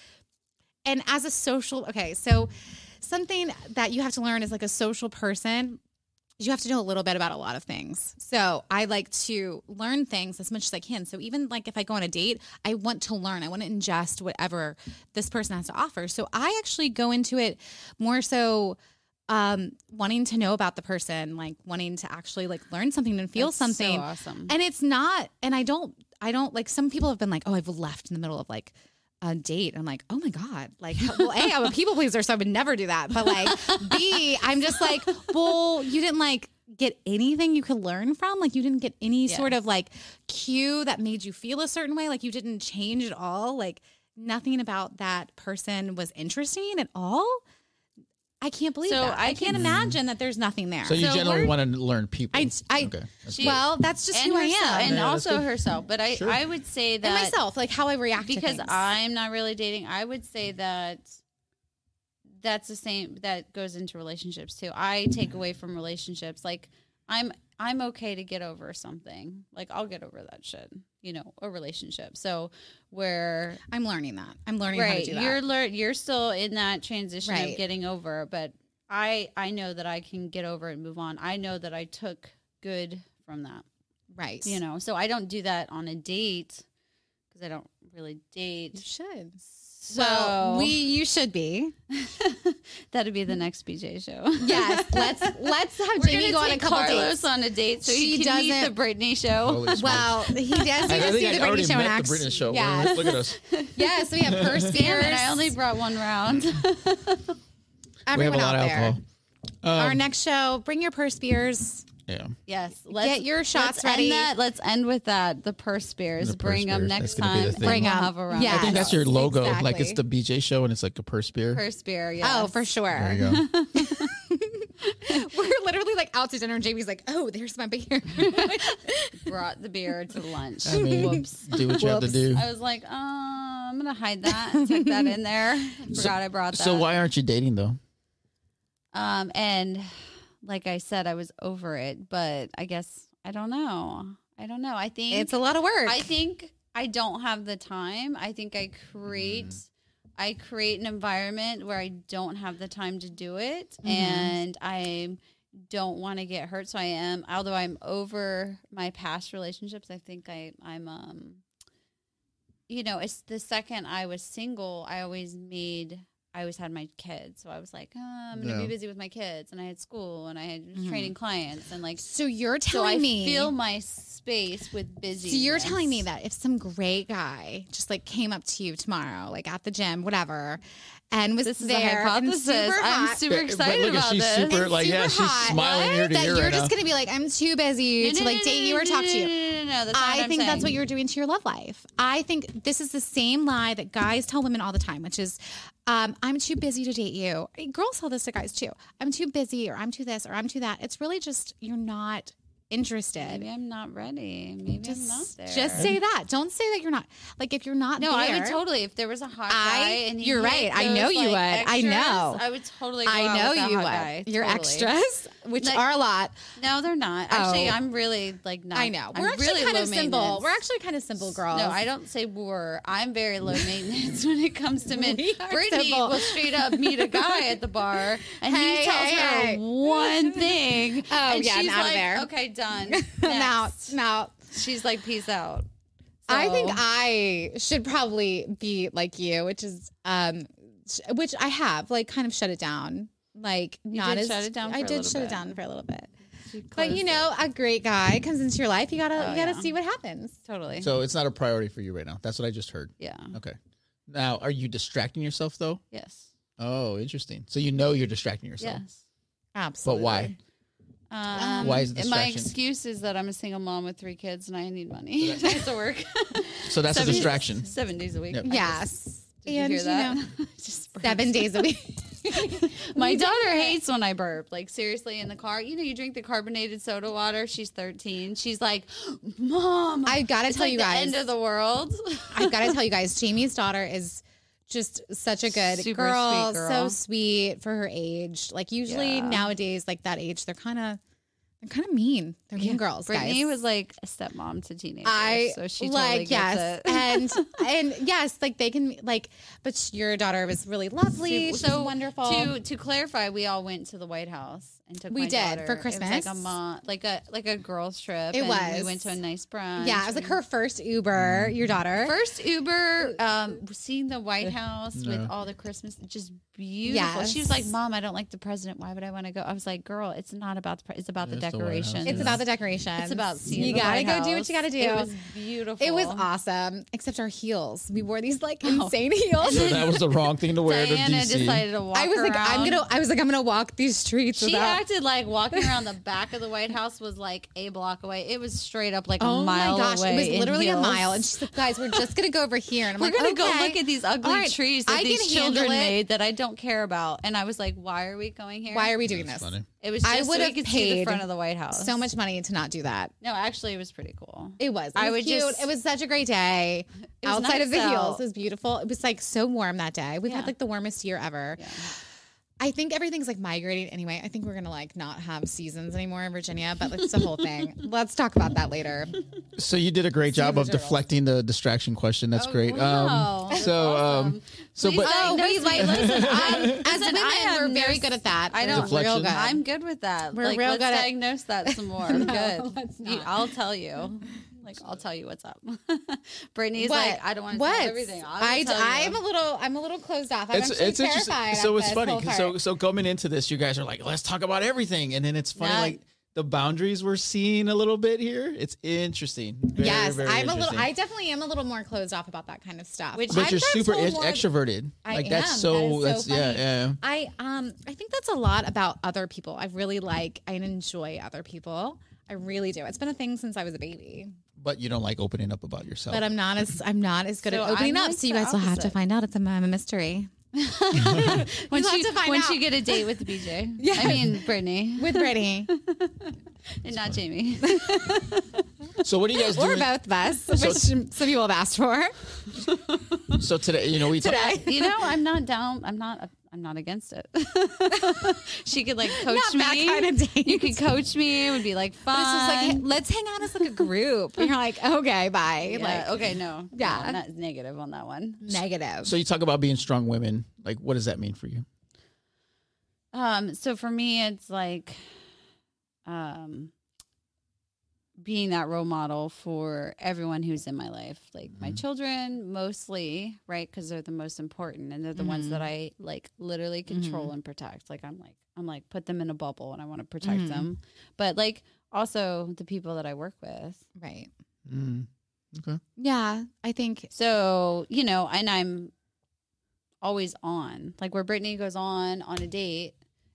and as a social okay, so something that you have to learn as like a social person is you have to know a little bit about a lot of things. So I like to learn things as much as I can. So even like if I go on a date, I want to learn. I want to ingest whatever this person has to offer. So I actually go into it more so um wanting to know about the person, like wanting to actually like learn something and feel
That's so
something.
awesome.
And it's not, and I don't, I don't like some people have been like, oh, I've left in the middle of like a date. I'm like, oh my God. Like, well, A, I'm a people pleaser, so I would never do that. But like, B, I'm just like, well, you didn't like get anything you could learn from. Like, you didn't get any sort of like cue that made you feel a certain way. Like, you didn't change at all. Like, nothing about that person was interesting at all. I can't believe
So
that. I,
I
can't imagine that there's nothing there.
So you
So
generally
we're-
want to learn people.
I, I,
that's
She-
good.
well, that's just
and
who I
herself-
am.
and
Yeah, that's
also
good.
herself. But I,
Sure.
I would say that
and myself, like how I react to
because
things.
I'm not really dating. I would say that that's the same that goes into relationships too. I take away from relationships like I'm I'm okay to get over something. Like I'll get over that shit, you know, a relationship. So where
I'm learning that. I'm learning how to
right,
do that.
you're lear- you're still in that transition
Right.
of getting over, but I I know that I can get over it and move on. I know that I took good from that
right.
you know so i don't do that on a date because i don't really
you
date
should.
so
well, we
we
you should be.
that'd be the next bj show
Yes. let's let's have
We're gonna
Jamie go on a
take
couple
Carlos
dates.
on a date so
She
he can meet
doesn't-
the Britney show.
Holy smokes.
Well, he does. We
I, I
just see
think
the
I already
Britney show in
met
act.
the Britney show.
Yes.
Look at us.
yes. We have her Spears.
Damn it! I only brought one round.
everyone
we have a lot
out
of
there.
alcohol. Um,
Our next show, bring your purse beers.
Yeah.
yes, let's
Get your
let's
shots
End
ready.
that. Let's end with that. The purse spears.
The purse
Bring them
spears.
next
That's gonna be
time.
the thing.
Bring
Bring
'em.
have a round.
Yes.
I think that's your logo. Like it's
Exactly.
the BJ show and it's like a purse beer.
purse spear. Yes.
Oh, for sure.
There you go.
We're literally like out to dinner, and Jamie's like, "Oh, there's my beer."
brought the beer to lunch.
I mean,
Whoops.
do what you have to
Whoops.
do.
I was like, uh, I'm gonna hide that, and tuck that in there. Forgot I brought that.
So why aren't you dating though?
Um, and like I said, I was over it, but I guess I don't know. I don't know. I think
it's a lot of work.
I think I don't have the time. I think I create I create an environment where I don't have the time to do it and I don't want to get hurt so I am although I'm over my past relationships I think I I'm um you know it's the second I was single I always made I always had my kids so I was like "Ah, I'm going to
Yeah.
be busy with my kids and I had school and I had training clients and like
so you're
so
telling
I
me
fill my space with busy.
So you're telling me that if some great guy just like came up to you tomorrow, like at the gym, whatever, and was
this is
there
a
and
hypothesis.
super
I'm
hot,
super
But- but
excited
look at-
about
she's
this.
super
and
like yeah,
super
she's
hot,
smiling ear to
that
ear
you're
right now.
just gonna be like, I'm too busy to like date you or talk to you.
No, no, no, no, that's not what
I
I'm
think that's
saying.
what you're doing to your love life. I think this is the same lie that guys tell women all the time, which is, um, I'm too busy to date you. Girls tell this to guys too. I'm too busy, or I'm too this, or I'm too that. It's really just you're not interested.
Maybe I'm not ready. Maybe I'm not
Just,
there.
just say that. Don't say that you're not. Like if you're not
no. I
there,
would totally. If there was a hot
I-
guy, and he
you're
hit
right. I
those,
know you
like,
would. I know.
extras, I would totally. Go
I
out
know
with that
you
hot
would.
Guy.
Your
Totally.
extras, which
Like-
are a lot.
No, they're not.
Oh.
Actually, I'm really like not.
I know.
I'm
We're actually
really
kind
low
of simple.
maintenance.
We're actually kind of simple girls.
No, I don't say we're. I'm very low maintenance when it comes to men.
We are
Brittany
simple.
will straight up meet a guy at the bar and
Hey,
he tells
hey,
her
hey.
one thing.
Oh,
and
yeah, I'm
she's
outta
like,
there.
Okay, done.
I'm out.
Next.
I'm out.
She's like, peace out.
I think
So-
I should probably be like you, which is um, sh- which I have like kind of shut it down. Like not
did
as
shut it down
I
for a
did
little
shut it
bit.
down for a little bit.
She
But
closed
you know, a great guy comes into your life. You gotta
Oh,
you gotta
yeah.
see what happens.
it. totally.
So it's not a priority for you right now. That's what I just heard.
yeah.
Okay. Now, are you distracting yourself though?
Yes.
Oh, interesting. So you know you're distracting yourself.
Yes.
But
Absolutely.
why?
Um,
Why is the
and my
distraction?
excuse is that I'm a single mom with three kids and I need money to work.
So that's a
Seven-
distraction.
Seven days a week.
Yep.
I just-
Yes.
Did you hear that?
know,
Just
seven days a week.
My daughter hates when I burp. Like seriously, in the car, you know, you drink the carbonated soda water. She's 13. She's like, "Mom,
I gotta
it's
tell
like
you
the
guys.
end of the world."
I've got to tell you guys, Jamie's daughter is just such a good
Super
girl,
sweet girl.
so sweet for her age. Like usually
Yeah.
nowadays, like that age, they're kind of They're kind of mean. They're mean girls.
Brittany
guys.
was like a stepmom to teenagers.
I
so she totally
like
gets
yes,
it.
and and yes, like they can like. But sh- your daughter was really lovely.
Su-
She was wonderful.
To to clarify, we all went to the White House and took
Oh. We
my
did,
daughter.
for
It was
Christmas.
like a mom, like a like a girls trip.
It
and We
was.
went to a nice brunch.
yeah, it was like her first Uber. Your daughter.
Mm-hmm. first Uber. Um, seeing the White House
No.
with all the Christmas, just beautiful. She was
Yes.
like, "Mom, I don't like the president. Why would I want to go?" I was like, "Girl, it's not about the. Pre- it's about
It's
the
the White House,
decoration.
yeah.
it's about the decoration.
It's about seeing.
You
the
gotta
White
go do what
House.
you gotta do.
It was beautiful.
It was awesome, except our heels. We wore these like
Oh.
insane heels.
So that was the wrong thing to wear
Diana
to DC.
decided to walk.
I was like, I'm
around.
gonna. I was like, I'm gonna walk these streets.
She
without-
acted like walking around the back of the White House was like a block away. It was straight up like
Oh
a mile
my gosh,
away.
it was
in
literally a
heels.
mile. And she's like, guys, we're just gonna go over here. And I'm
We're
like,
gonna go
okay.
look at these ugly
All right,
trees that
I can
these
handle
children
it.
made that I don't care about. And I was like, why are we going here?
Why are we doing
That's
this?
funny.
It was. Just
I
so
would
we
have
could see the
paid
front of the White House.
So much money to not do that.
No, actually, it was pretty cool.
It was. It
I
was
would
cute.
just-
it was such a great day.
It was
Outside of the
nice
heels,
out.
it was beautiful. It was like so warm that day. We've
Yeah.
had like the warmest year ever.
Yeah.
I think everything's like migrating anyway. I think we're gonna like not have seasons anymore in Virginia, but it's a whole thing. Let's talk about that later.
So you did a great job
the
of
turtles.
deflecting the distraction question. That's
Oh,
great.
wow.
Um,
That's
so, um,
awesome.
so,
Please
but
don't-
Oh,
no,
we
it's-
like listen. I, as
Listen,
women,
I am
we're very
no-
good at that.
I
We're
know.
real
Deflection.
good.
I'm good with that.
We're
like,
real
let's
good at-
diagnose that some more.
No,
good.
let's
You-
not.
I'll tell you. Like I'll tell you what's up. Brittany's
What?
like, I don't want to
What?
tell everything. I'll
I,
tell
am
you.
a little. I'm a little closed off. I'm actually terrified.
So
of
it's
this
funny.
whole
'cause
part.
So so coming into this, you guys are like, let's talk about everything, and then it's funny
Not-
like the boundaries we're seeing a little bit here. It's interesting. Very,
yes,
very
I'm a little.
interesting.
I definitely am a little more closed off about that kind of stuff.
Which-
but
I've
you're
got
super
told
ex-
more-
extroverted.
I
like
am.
that's so.
That
that's
is so
yeah,
funny.
yeah.
I um I think that's a lot about other people. I really like I enjoy other people. I really do. It's been a thing since I was a baby.
But you don't like opening up about yourself.
But I'm not as I'm not as good
So
at opening
I'm
up.
like
So you
the
guys will have to
opposite.
find out. It's a, I'm a mystery.
once
You'll have
you,
to find
once you
out.
get a date with BJ.
Yeah.
I mean Brittany.
With Brittany.
And not Jamie.
so what do you guys
or
do?
both of us,
So-
which some people have asked for.
So today, you know, we today.
you know, I'm not down. I'm not. uh, I'm not against it. she could like coach
Not
me.
that kind of date.
You could coach me. It would be like fun.
But it's just like, hey, let's hang out as like a group. And you're like, okay, bye.
Yeah,
Like
okay, no,
Yeah.
no, not negative on that one.
negative.
So you talk about being strong women. Like, what does that mean for you?
Um, so for me, it's like, um, being that role model for everyone who's in my life, like my children mostly, right? Because they're the most important, and they're the ones that I like literally control and protect. Like I'm like I'm like put them in a bubble, and I want to protect
Mhm.
them, but like also the people that I work with.
right.
Mm.
Yeah. I think
So, you know, and I'm always on. Like where Brittany goes on on a date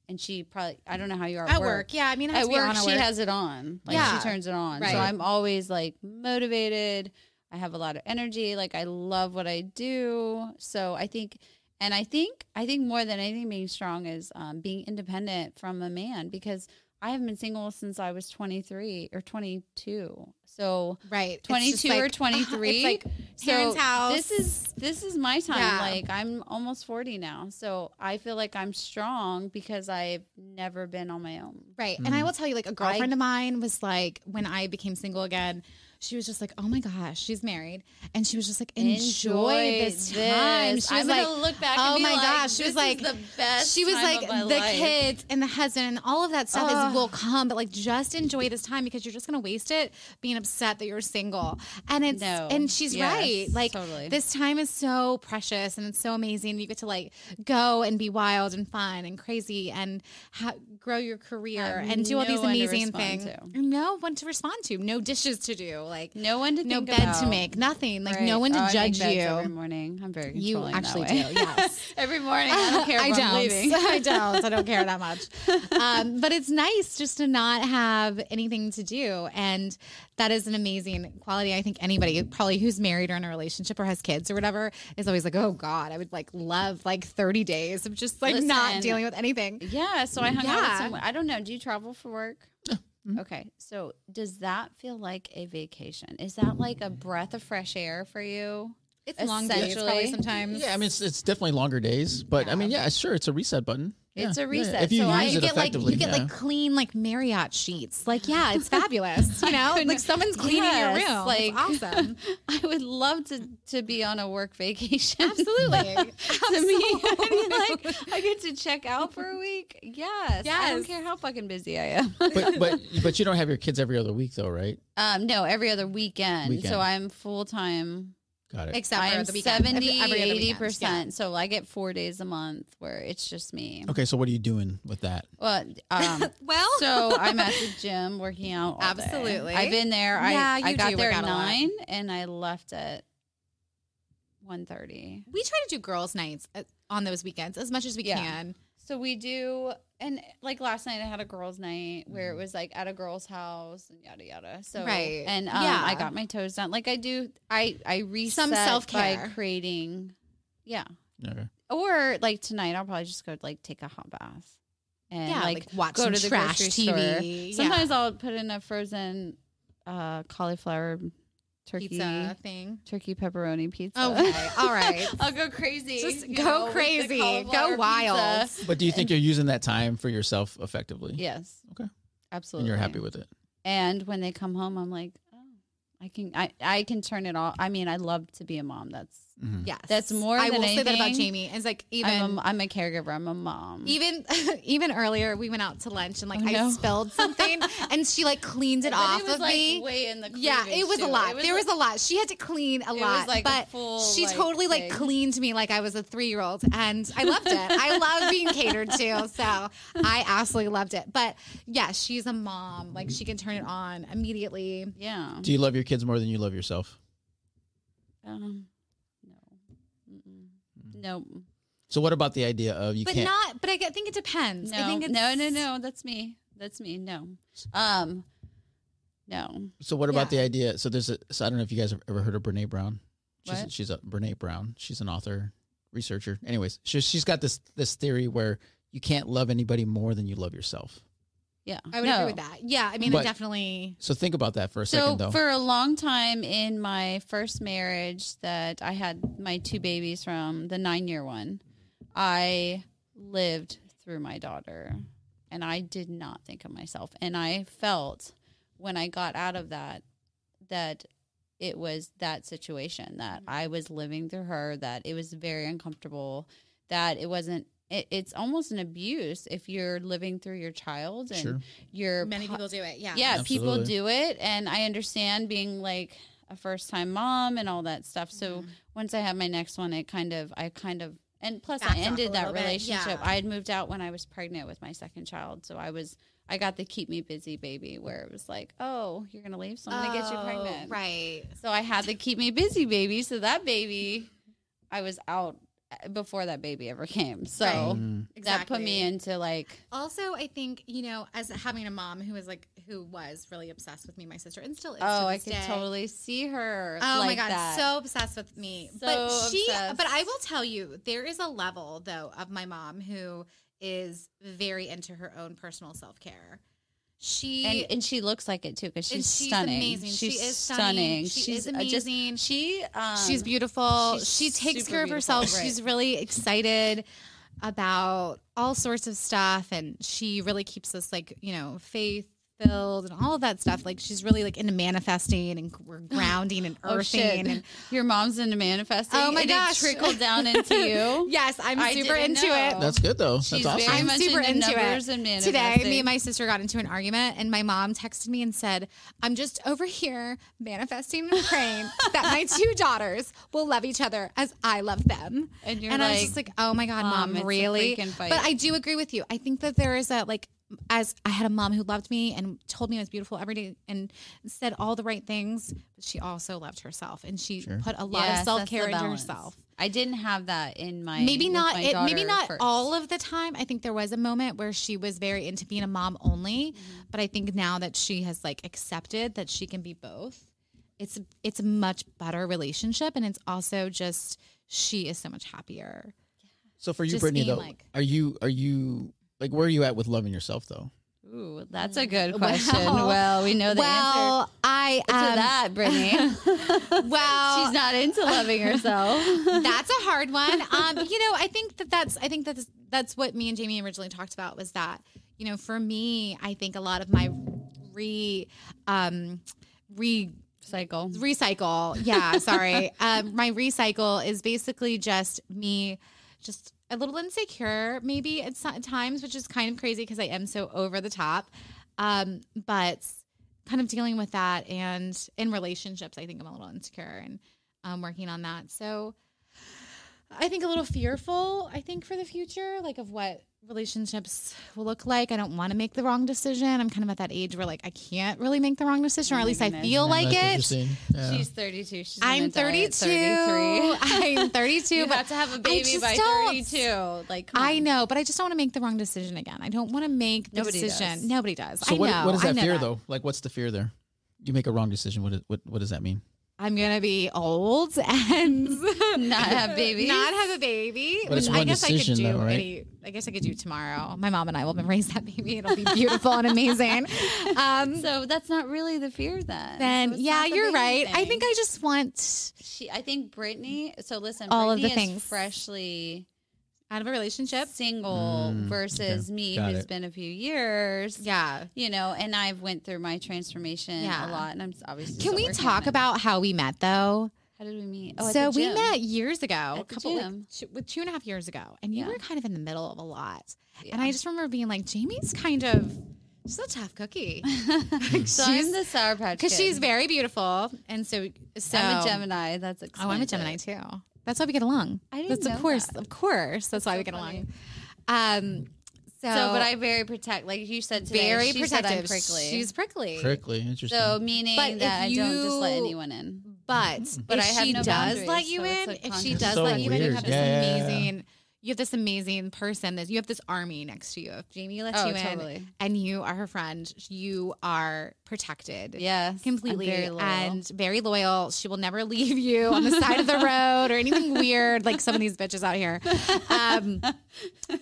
and she probably I don't know how you are at,
at work. Yeah. I mean, I have
At
to be
work
on
she
work.
has it on. Like
Yeah.
she turns it on.
Right.
So I'm always like motivated. I have a lot of energy. Like I love what I do. So I think and I think I think more than anything being strong is um, being independent from a man because I haven't been single since I was 23 or 22. So
right. It's just
22 or 23
It's like parents' house.
this is this is my time
Yeah.
like i'm almost 40 now so i feel like i'm strong because i've never been on my own
Mm-hmm. Right. And I will tell you, like, a girlfriend
I-
of mine was like, when I became single again, she was just like, oh my gosh, she's married. And she was just like, enjoy, this time. She was
i'm
like,
gonna look back
oh
and be
my
like,
gosh. She
this
was like,
is the best
she was
time
like,
of my
the
life."
kids and the husband and all of that stuff
Ugh.
is, will come, but like, just enjoy this time because you're just going to waste it being upset that you're single. And it's,
No.
and she's
Yes,
right. Like,
totally.
this time is so precious and it's so amazing. You get to like go and be wild and fun and crazy and ha- grow your career
Have
and do all
no
these
one to
amazing
respond
things.
to.
No one to respond to, no dishes to do, like
no one to
no
think
bed to
about.
make, nothing, like
Right.
no one to
Oh, I make
judge
beds every
you.
morning i'm very
You
controlling that
actually do,
way.
yes.
every morning i don't care if
I
am
don't.
leaving
I don't. I don't care that much. Um, but it's nice just to not have anything to do, and that is an amazing quality. I think anybody probably who's married or in a relationship or has kids or whatever is always like, "Oh God, I would like love like thirty days of just like
Listen.
not dealing with anything."
Yeah, so I hung out with
Yeah. Mm-hmm.
someone. I don't know. Do you travel for work? Okay, so does that feel like a vacation? Is that like a breath of fresh air for you?
It's long days, probably
Essentially.
sometimes.
Yeah, I mean, it's, it's definitely longer days, but I mean, yeah, sure, it's a reset button.
It's
Yeah,
a
yeah.
reset.
If you
so
use
I
it
you get like you
effectively,
get
yeah.
like clean like Marriott sheets. Like yeah, it's fabulous. You know, like someone's cleaning
Yes,
your room.
like-
Like awesome.
I would love to to be on a work vacation.
Absolutely.
to me, I mean,
Absolutely.
like I get to check out for a week. Yes. I don't
Yes.
care how fucking busy I am.
but but but you don't have your kids every other week though, right?
Um, no, every other weekend.
Weekend.
So I'm full time.
Got it.
Except
I'm
for the weekend.
70,
Every- every other
80
weekend. Yeah.
percent. So I get four days a month where it's just me.
Okay, so what are you doing with that?
Well, um,
Well,
so I'm at the gym working out. all day.
Absolutely.
I've been there. I,
Yeah,
I
you
got
do
there
work
at
out a lot.
nine and I left at 1.30.
we try to do girls' nights uh, on those weekends as much as we
Yeah.
can.
So we do, and like last night I had a girls' night where it was like at a girl's house and yada yada. So
Mm. Right.
and um,
Yeah.
I got my toes done. Like I do, I I reset
Some self-care.
by creating, yeah.
Okay.
Or like tonight, I'll probably just go like take a hot bath and
yeah,
like,
like, watch
go
some
to the
trash
grocery
TV.
sometimes I'll put in a frozen uh, cauliflower turkey
pizza thing.
turkey pepperoni pizza.
Okay, all right.
I'll go crazy.
Just
you
go
know, with the
crazy.
cauliflower
Go wild.
pizza.
But do you think you're using that time for yourself effectively?
Yes.
Okay. And
Absolutely.
you're happy with it.
and when they come home i'm like oh i can i, I can turn it off i mean i love to be a mom that's
Mhm.
Yes,
That's more
I
than
will say that about
anything.
Jamie. It's like even
I'm, a, I'm a caregiver i'm a mom
even even earlier we went out to lunch and like
Oh,
I
no.
spilled something and she like cleaned it off of me.
way in the
yeah, it was a lot. there was a lot. She had to clean a
was
lot,
like a
but
full,
she
like,
totally like
thing.
cleaned me like I was a three year old, and I loved it. I love being catered to, so I absolutely loved it. But yeah, she's a mom; like she can turn it on immediately.
yeah
Do you love your kids more than you love yourself?
um, no Mm-mm. no
So what about the idea of you
but
can't?
not. But I get- think it depends. I
no
think it's,
no no no that's me that's me no um no
so what about
yeah.
the idea? So there's a. So I don't know if you guys have ever heard of Brene Brown. She's
What?
she's a Brene Brown. She's an author, researcher. Anyways, she, she's got this this theory where you can't love anybody more than you love yourself.
yeah
I would
no.
agree with that. Yeah, I mean,
But-
it definitely.
So think about that for a
So
second, though.
for a long time in my first marriage that I had my two babies from the 9-year one, I lived through my daughter and I did not think of myself and I felt when I got out of that that it was that situation that I was living through her that it was very uncomfortable that it wasn't it, it's almost an abuse if you're living through your child and
Sure.
you're po-
do it.
yeah, people
Absolutely.
do it, and I understand being like a first time mom and all that stuff. So
Mm-hmm.
once I had my next one, it kind of, I kind of, and plus
Backed
I
off a
ended that
little bit,
relationship.
yeah.
I had moved out when I was pregnant with my second child, so I was, I got the keep me busy baby, where it was like, oh, you're gonna leave, so I'm gonna get you
Oh,
pregnant,
Right.
So I had the keep me busy baby, so that baby, I was out eh, before that baby ever came, so
Right.
Mm.
that put me into like.
Also, I think you know, as having a mom who was like who was really obsessed with me, my sister, and still is.
Oh,
to
I
this
could
day.
totally see her.
Oh my
like
god,
that.
so obsessed with me.
So
but she,
obsessed.
but I will tell you, there is a level though of my mom who is very into her own personal self care. She
and, and she looks like it too because
and
she's, stunning.
amazing.
She's
she is
stunning.
stunning. She
she's
is
uh, just-
amazing.
she um,
she's beautiful.
she's
she takes
super
care of
beautiful,
herself.
right.
She's really excited about all sorts of stuff and she really keeps us like, you know, faith filled and all of that stuff. Like she's really like into manifesting and we're grounding and
Oh shit!
earthing and
Your mom's into manifesting.
Oh, my
and
gosh.
It trickled down into you.
Yes, I'm
I
super
didn't
into
know.
it.
That's good though.
She's
That's awesome.
very
I'm
much
super
into,
into it.
numbers and manifesting.
Today, me and my sister got into an argument, and my mom texted me and said, I'm just over here manifesting and praying that my two daughters will love each other as I love them.
And you're
and I
like,
was just like, oh my God,
"Mom,
mom,
it's a
really?
freaking fight."
But I do agree with you. I think that there is a, like, as I had a mom who loved me and told me I was beautiful every day and said all the right things, but she also loved herself and she put a
Yes,
lot of
that's the
self care into
balance.
herself
I didn't have that in my
maybe
with
not
my
it, maybe
daughter
not
first.
all of the time i think there was a moment where she was very into being a mom only
Mm-hmm.
but i think now that she has like accepted that she can be both it's it's a much better relationship and it's also just she is so much happier
So for you,
Just
Brittany,
being
though,
like-
are you are you like where are you at with loving yourself though?
Ooh, that's a good question.
Well-
Well, we know the
well um,
answer.
i I
But to that, Brittany,
well,
she's not
Oh.
into loving herself.
that's a hard one. Um, you know, I think that that's I think that's that's what me and Jamie originally talked about was that you know for me, I think a lot of my re um, re
Cycle.
recycle. Yeah, sorry. um, my recycle is basically just me, just a little insecure, maybe at so- times, which is kind of crazy because I am so over the top. Um, but kind of dealing with that, and in relationships, I think I'm a little insecure and um, working on that. So I think a little fearful. I think for the future, like of what relationships will look like. I don't want to make the wrong decision. I'm kind of at that age where like I can't really make the wrong decision, or
Oh
at
my
least I
goodness.
Mm,
feel like
That's
it.
interesting. Yeah.
She's 32. She's gonna
I'm
die at
32.
33.
I'm 32,
you
but
have to have a baby
just
by
don't.
32. Like come
I
on.
know, but I just don't want to make the wrong decision again. I don't want to make the
Nobody does.
decision. Nobody does.
So
I
what,
know.
what is
I
that
know
fear though? Like what's the fear there? You make a wrong decision. What is, what what does that mean?
I'm gonna be old and
Not have babies?
Not have a baby.
But it's
which I
one
guess
decision,
I could do
though, right?
any. I guess I could do tomorrow. My mom and I will then raise that baby. It'll be beautiful and amazing. Um,
So that's not really the fear then.
then
So it's
yeah,
not the
you're
baby
right. I
thing.
think I just want
she. I think Brittany. So listen,
All of the
Brittany is
things.
freshly
out of a relationship.
single
Mm,
versus me,
Got
who's
it.
been a few years.
Yeah.
You know, and I've went through my transformation a
Yeah.
lot, and I'm s- obviously.
Can
still
we
working on
talk
it.
about how we met though?
how did we meet? Oh, at
so
the
we
gym.
met years ago, a
the
couple like,
gym.
two, with two and a half years ago, and you
Yeah.
were kind of in the middle of a lot. And
Yeah.
I just remember being like, Jamie's kind of she's a tough cookie
so
she's-
I'm the sour patch
because she's
Kid.
very beautiful, and so so
I'm a Gemini. That's
Oh, I'm a Gemini
explains it.
too. That's why we get along.
I didn't
That's of
know
course,
that.
of course. That's, why we
so
get
funny.
along. Um. So,
So, but I very protect. Like you said today,
very
she said I'm
protective.
prickly.
She's prickly.
Prickly. Interesting.
so meaning
But
that
if
I don't just let
you-
anyone in.
But
But
if
I have
she
no
does
boundaries,
let you
so it's
in,
like
if she
conscious.
Mm-hmm.
does
So
let you in, you
weird.
have this
Yeah, yeah, yeah.
amazing, you have this amazing person. This you have this army next to you. If Jamie lets
Oh,
you in,
totally.
and you are her friend, you are protected.
Yes, I'm
Completely
very loyal.
and very loyal. She will never leave you on the side of the road or anything weird like some of these bitches out here. Um,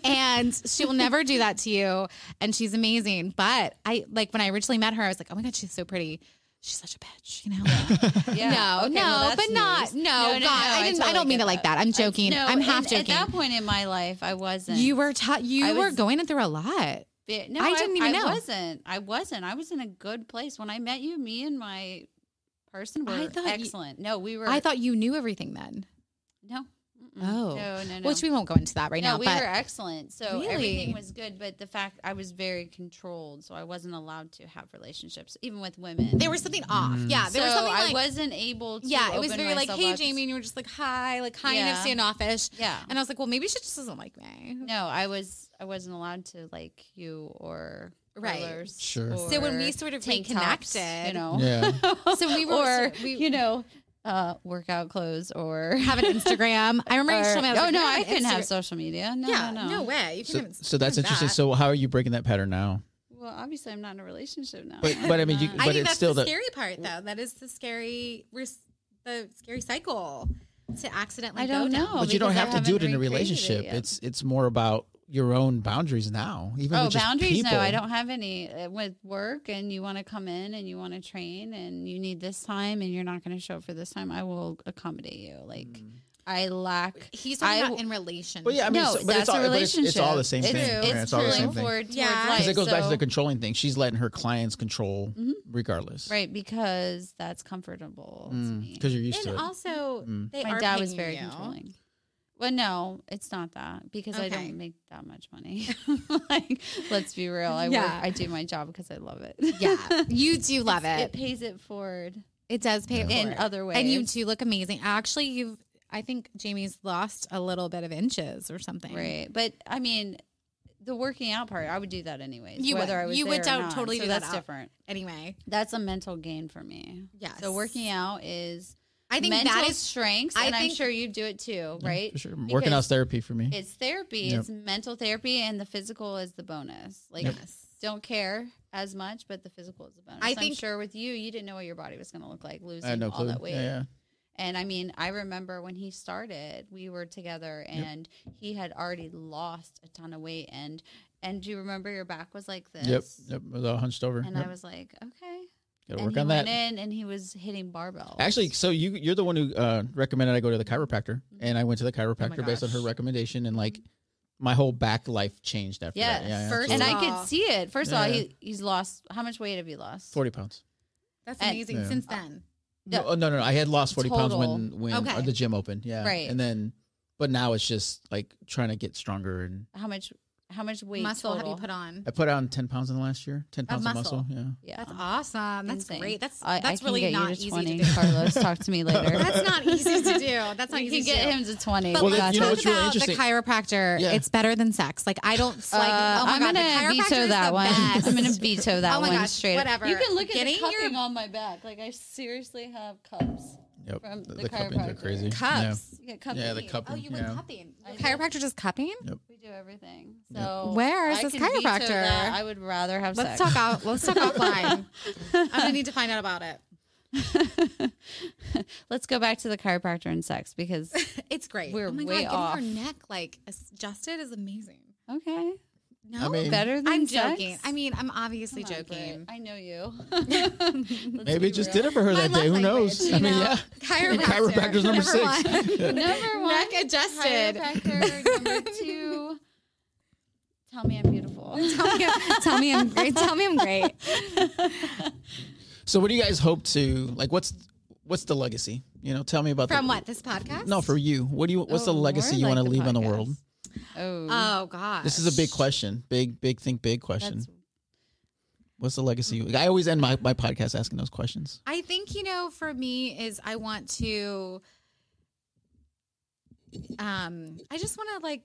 and she will never do that to you. And she's amazing. But I like when I originally met her, I was like, oh my God, she's so pretty. She's such a bitch, you know?
Yeah.
No,
Okay,
no,
well, that's
but not.
news.
No, God, I didn't. I,
totally
don't mean
get
it like that. I'm joking.
No,
I, am half
and
joking.
At that point in my life, I wasn't.
you were taught. You
I
were
was-
going through a lot.
Bi- No,
I didn't even
I
know.
wasn't. I wasn't. I was in a good place when I met you. Me and my person were
I thought you-
excellent. no, we were.
I thought you knew everything then,
no. Mm-mm.
Oh.
no, no, no.
which we won't go into that right
no,
now.
we
but
were excellent. So
Really?
everything was good. But the fact I was very controlled, so I wasn't allowed to have relationships, even with women.
there was something off.
Mm.
Yeah, there
so
was something like.
I wasn't able to.
yeah, it was
open
very like,
myself
hey,
up to-
Jamie, and you were just like, hi, like kind of
Yeah.
standoffish.
Yeah.
And I was like, well, maybe she just doesn't like me.
No, I was I wasn't allowed to like you or
Right.
curlers
Sure.
So when we
or
sort of
tank tops, you
reconnected,
know,
yeah.
so we were,
or
we,
you know, uh, workout clothes or.
have an Instagram. I remember you
or-
told me. I was
oh
like,
no,
"You're on
I couldn't
Instagram."
have social media. No,
yeah,
no, no.
way. You
So,
can't
so that's
do
interesting.
that.
So how are you breaking that pattern now?
Well, obviously, I'm not in a relationship now.
But- but I mean, you-
Uh,
I
but
think
it's
that's
still
the
the-
scary part, though. That is the scary, ris- the scary cycle to accidentally.
I don't
go down.
know.
but you don't
because I
have to do it
haven't
in a
recreated
relationship.
yet.
it's it's more about your own boundaries now. Even
oh
with just
boundaries.
people.
No, I don't have any Uh, with work. And you want to come in and you want to train and you need this time and you're not going to show up for this time. I will accommodate you. Like I lack.
He's
I
talking about
w-
in relation.
Well, yeah, Mm. I mean,
no,
so- but
that's
it's all,
a
but it's,
relationship.
it's all the same
it's,
thing.
It's,
Yeah, it's all the
pulling
same thing.
forward
Yeah.
towards life.
Because it goes back to
so-
the controlling thing. She's letting her clients control
Mhm.
regardless,
right because that's comfortable to me.
Because you're used
and
to it.
also
Mm.
they
My
are
dad was
paying
very
you.
controlling. Well, no, it's not that because I
Okay.
don't make that much money. like, let's be real. I
Yeah.
work, I do my job because I love it.
Yeah, you do love
it
it. It,
pays it forward
does pay it
in
forward.
other ways.
and you do look amazing. Actually, you've. I think Jamie's lost a little bit of inches or something.
right? But I mean, the working out part, I would do that anyways.
You would.
whether I was
You would
there or
do-
not.
totally
So
do that
that's
out.
different.
Anyway,
That's a mental gain for me.
Yes.
So working out is
I think
mental
that is.
strengths,
I
and I'm
think-
sure you do it too,
Yeah,
right?
for sure. Working out's therapy for me.
It's therapy.
Yep.
It's mental therapy, and the physical is the bonus. Like, don't care as much, but the physical is the bonus.
I
I think am
think-
sure with you, you didn't know what your body was going to look like
I
losing
had no
all
clue.
that weight.
Yeah, yeah.
And I mean, I remember when he started, we were together,
Yep.
and he had already lost a ton of weight. And and do you remember your back was like this?
Yep. Yep. I was all hunched over.
And
Yep.
I was like, okay,
Gotta
and
work
he
on that.
went in and he was hitting barbells.
Actually, so you you're the one who uh, recommended I go to the chiropractor, and I went to the chiropractor based on her
gosh.
recommendation, and like my whole back life changed after
yes.
that. Yeah,
First
and
absolutely.
I
of all-
could see it. First of all,
Yeah.
he he's lost. How much weight have you lost?
forty pounds.
That's
And-
amazing.
Yeah.
Since then,
Yeah.
No, no, no, no. I had lost forty pounds
Total.
when when
Okay.
uh, the gym opened. Yeah,
Right.
And then, but now it's just like trying to get stronger, and
How much? How much weight?
muscle
total?
have you put on?
I put on ten pounds in the last year. Ten pounds of muscle.
muscle.
Yeah.
Yeah.
That's awesome. That's
Insane.
great. That's
I, I
that's
can
really
get
not
you to
easy
20.
to do.
Carlos, talk to me later.
That's not easy to do. That's not
we
easy
can
to
get
do.
him to twenty.
But
Well,
Gotcha.
let's
you know,
talk
it's really
about the
interesting.
chiropractor.
Yeah.
It's better than sex. Like I don't it's like.
Uh,
oh my
I'm
god, the
gonna
chiropractor
veto
is
that
the
one.
best.
I'm gonna veto that
Oh my
one
gosh,
straight. up.
whatever.
You can look at
Getting
the cupping
your-
on my back. Like I seriously have cups.
Yep.
From the
cuppings are
chiropractor.
crazy.
cups.
You get cup
Yeah, the
feet.
cupping.
Oh, you went
yeah.
cupping.
I did.
Chiropractor just cupping.
We do everything. So
Where is
I
this
can veto
chiropractor?
that. I would rather have
Let's
sex.
talk out. Let's talk offline. I'm gonna need to find out about it.
Let's go back to the chiropractor and sex because
It's great.
We're
oh my
way
god,
off.
getting her neck like adjusted is amazing.
okay,
No,
I mean-
better than
I'm
sex?
joking. I mean, I'm obviously
Come on,
joking.
Britt. I know you.
Maybe it just did it for her
My
that day. Who
love
knows?
language,
I
you
mean,
know?
yeah.
Chiropractor.
Chiropractor's number
Never
six.
mind.
Number one,
Neck adjusted.
Chiropractor. Number two, tell me I'm beautiful.
tell, me, tell me I'm great. Tell me I'm great.
So, what do you guys hope to like? What's what's the legacy? You know, tell me about
From
the,
what? This podcast?
No, for you. What do you? What's
Oh,
the legacy
more
you
like
want to
the
leave on the
podcast.
world?
Oh,
Oh god.
This is a big question. Big, big, think big question.
that's Mm-hmm.
What's the legacy? I always end my, my podcast asking those questions.
I think you know for me is I want to um I just want to like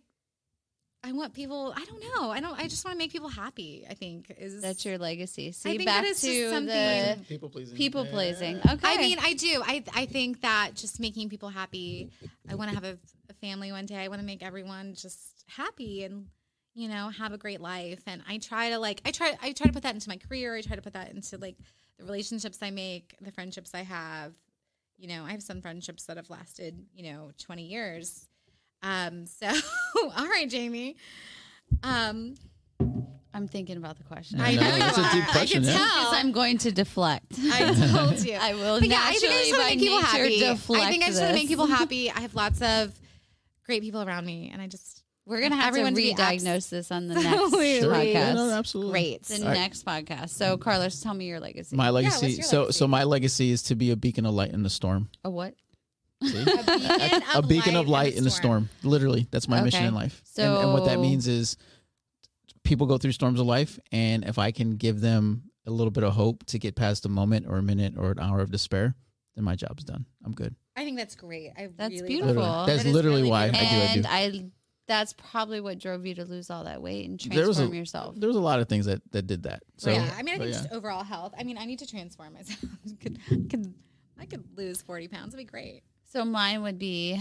I want people I don't know. I don't I just want to make people happy, I think is
that's your legacy. See,
think
back
that is
to
just
the
something-
People pleasing.
Uh, people pleasing. Okay,
I mean, I do. I I think that just making people happy. I want to have a, a family one day. I want to make everyone just happy and you know have a great life. And I try to like I try I try to put that into my career. I try to put that into like the relationships I make, the friendships I have. You know, I have some friendships that have lasted you know twenty years. Um. So all right, Jamie. Um.
I'm thinking about the question.
I
I know
know,
you
it's a
are.
deep question,
I
yeah.
can
Because
tell.
I'm going to deflect.
I told you.
I will
But yeah, I think I
naturally by
just want to make people
nature
happy.
deflect
I think I just want to
this.
make people happy. I have lots of great people around me, and I just
We're gonna have
everyone
to
to be
re-diagnose this on the next
Absolutely.
Sure.
podcast.
Yeah, no, absolutely.
great.
The
All right.
next podcast. So, Carlos, tell me your legacy.
My
what's
legacy.
your
so,
legacy?
so my legacy is to be a beacon of light in the storm.
a what?
See?
A beacon of
a beacon of light in the storm. Literally, that's my mission
Okay.
in life. and, and what that
So-
means is people go through storms of life, and if I can give them a little bit of hope to get past a moment or a minute or an hour of despair, then my job's done. I'm good.
I think that's great. I
That's
really
beautiful. Cool.
love
That's
That is
literally
really
why
beautiful.
I do. I do.
and I, that's probably what drove you to lose all that weight and
There was a-
transform yourself.
There was a lot of things that that did that. So
yeah, I mean, I
but
think
yeah.
just overall health. I mean, I need to transform myself. could, could, I could lose forty pounds. It'd be great.
So mine would be,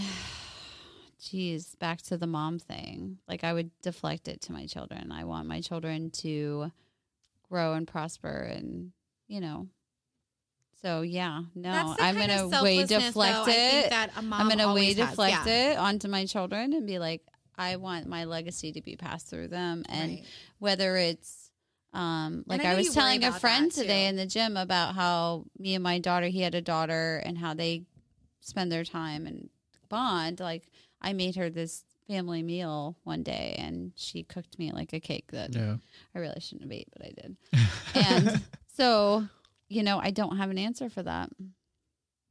geez, back to the mom thing. Like I would deflect it to my children. I want my children to grow and prosper, and you know. So yeah, no,
That's the
I'm
kind
gonna
of
way
selfless-ness, though,
deflect
I think
it.
that a mom
I'm gonna way
always has.
deflect
Yeah.
it onto my children and be like, I want my legacy to be passed through them, and
Right.
whether it's um like
I
I,
know
was
you worry
telling a
about
friend
that, too.
today in the gym about how me and my daughter, he had a daughter and how they spend their time and bond. Like I made her this family meal one day and she cooked me like a cake that
yeah.
I really shouldn't have ate, but I did. And so, you know, I don't have an answer for that.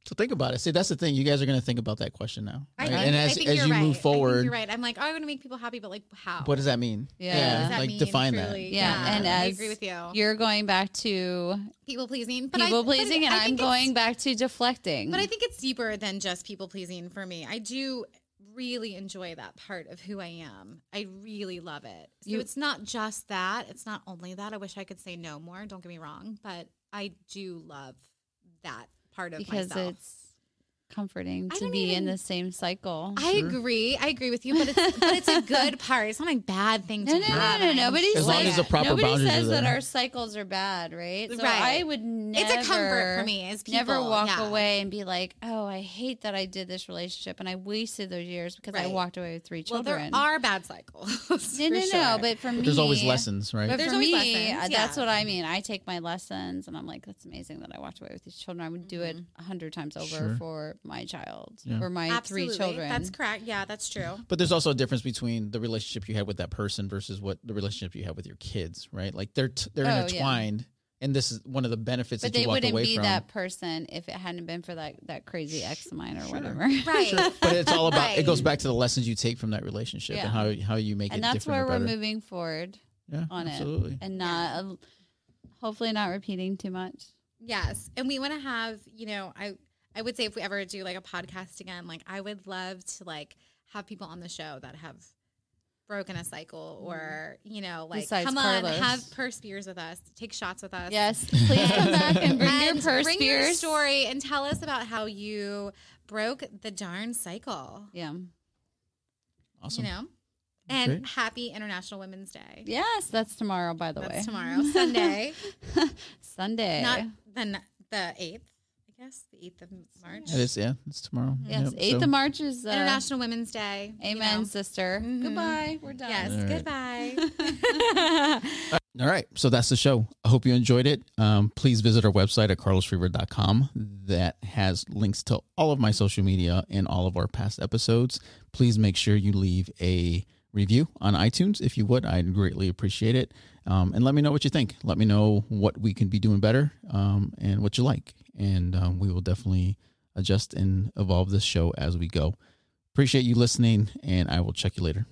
So think about it. See, that's the thing. You guys are going to think about that question now.
I
right?
think,
and as
I think
as
you're
you
right. I
move
think
forward,
you're right. I'm like, oh, I want to make people happy, but like, how?
what does that mean?
Yeah.
What does that
like
mean,
define
truly?
that. uh,
Yeah, and
I
as
agree with you.
You're going back to
people pleasing, but I-
people
but
pleasing and
I
I'm
think it's-
going back to deflecting.
But I think it's deeper than just people pleasing for me. I do really enjoy that part of who I am. I really love it. So
You-
it's not just that. It's not only that. I wish I could say no more. Don't get me wrong, but I do love that part of
because
myself.
it's comforting
I
to
don't
be in
even-
the same cycle.
I
Sure.
agree. I agree with you, but it's, but it's a good part. It's not a bad thing to
No, no, no,
have.
no. Nobody
As long
says
as the proper
nobody
boundaries
says
are
that
there.
our cycles are bad, right? So
Right.
I would never.
It's a comfort for me as people.
never walk
yeah.
away and be like, "Oh, I hate that I did this relationship and I wasted those years because I
Right.
walked away with three
Well,
children."
there are bad cycles.
no, no, no. But for me,
There's always lessons, right?
But
There's
for
always
me,
lessons,
uh,
yeah.
that's what I mean. I take my lessons and I'm like, "That's amazing that I walked away with these children. I would do it
Mm-hmm.
a hundred times over
Sure.
for my child
Yeah.
or my three children."
That's correct. Yeah, that's true.
But there's also a difference between the relationship you have with that person versus what the relationship you have with your kids, right? Like they're t- they're
Oh, yeah.
intertwined, and this is one of the benefits
but
that
they
you walk
wouldn't
away
be
from.
that person if it hadn't been for that that crazy ex of mine or
Sure.
whatever.
Right.
But it's all about it
Right.
goes back to the lessons you take from that relationship
Yeah.
and how how you make
and
it
that's
different
where
or
we're
better.
moving forward
yeah,
on it.
absolutely.
and not hopefully not repeating too much.
Yes, and we want to have you know I I would say if we ever do like a podcast again, like I would love to like have people on the show that have broken a cycle or you know
Mm-hmm.
like
Besides
come
Carlos.
on have purse beers with us, take shots with us.
Yes, please come back and bring
And
your purse
bring your
beers.
story and tell us about how you broke the darn cycle.
Yeah.
Awesome.
You know, and
Great.
happy International Women's Day.
Yes, that's tomorrow. By the
That's
way,
tomorrow, Sunday,
Sunday.
not the the eighth. I guess the eighth of March.
It is, yeah. It's tomorrow.
yes,
Yep,
eighth
so-
of March is uh,
International Women's Day. you
Amen,
know.
sister.
Mhm.
Goodbye. We're done.
Yes.
All right.
Goodbye.
All right. So that's the show. I hope you enjoyed it. Um, please visit our website at carlosfreever.com. That has links to all of my social media and all of our past episodes. Please make sure you leave a review on iTunes if you would. I'd greatly appreciate it. Um, and let me know what you think. Let me know what we can be doing better um, and what you like. And um, we will definitely adjust and evolve this show as we go. Appreciate you listening, and I will check you later.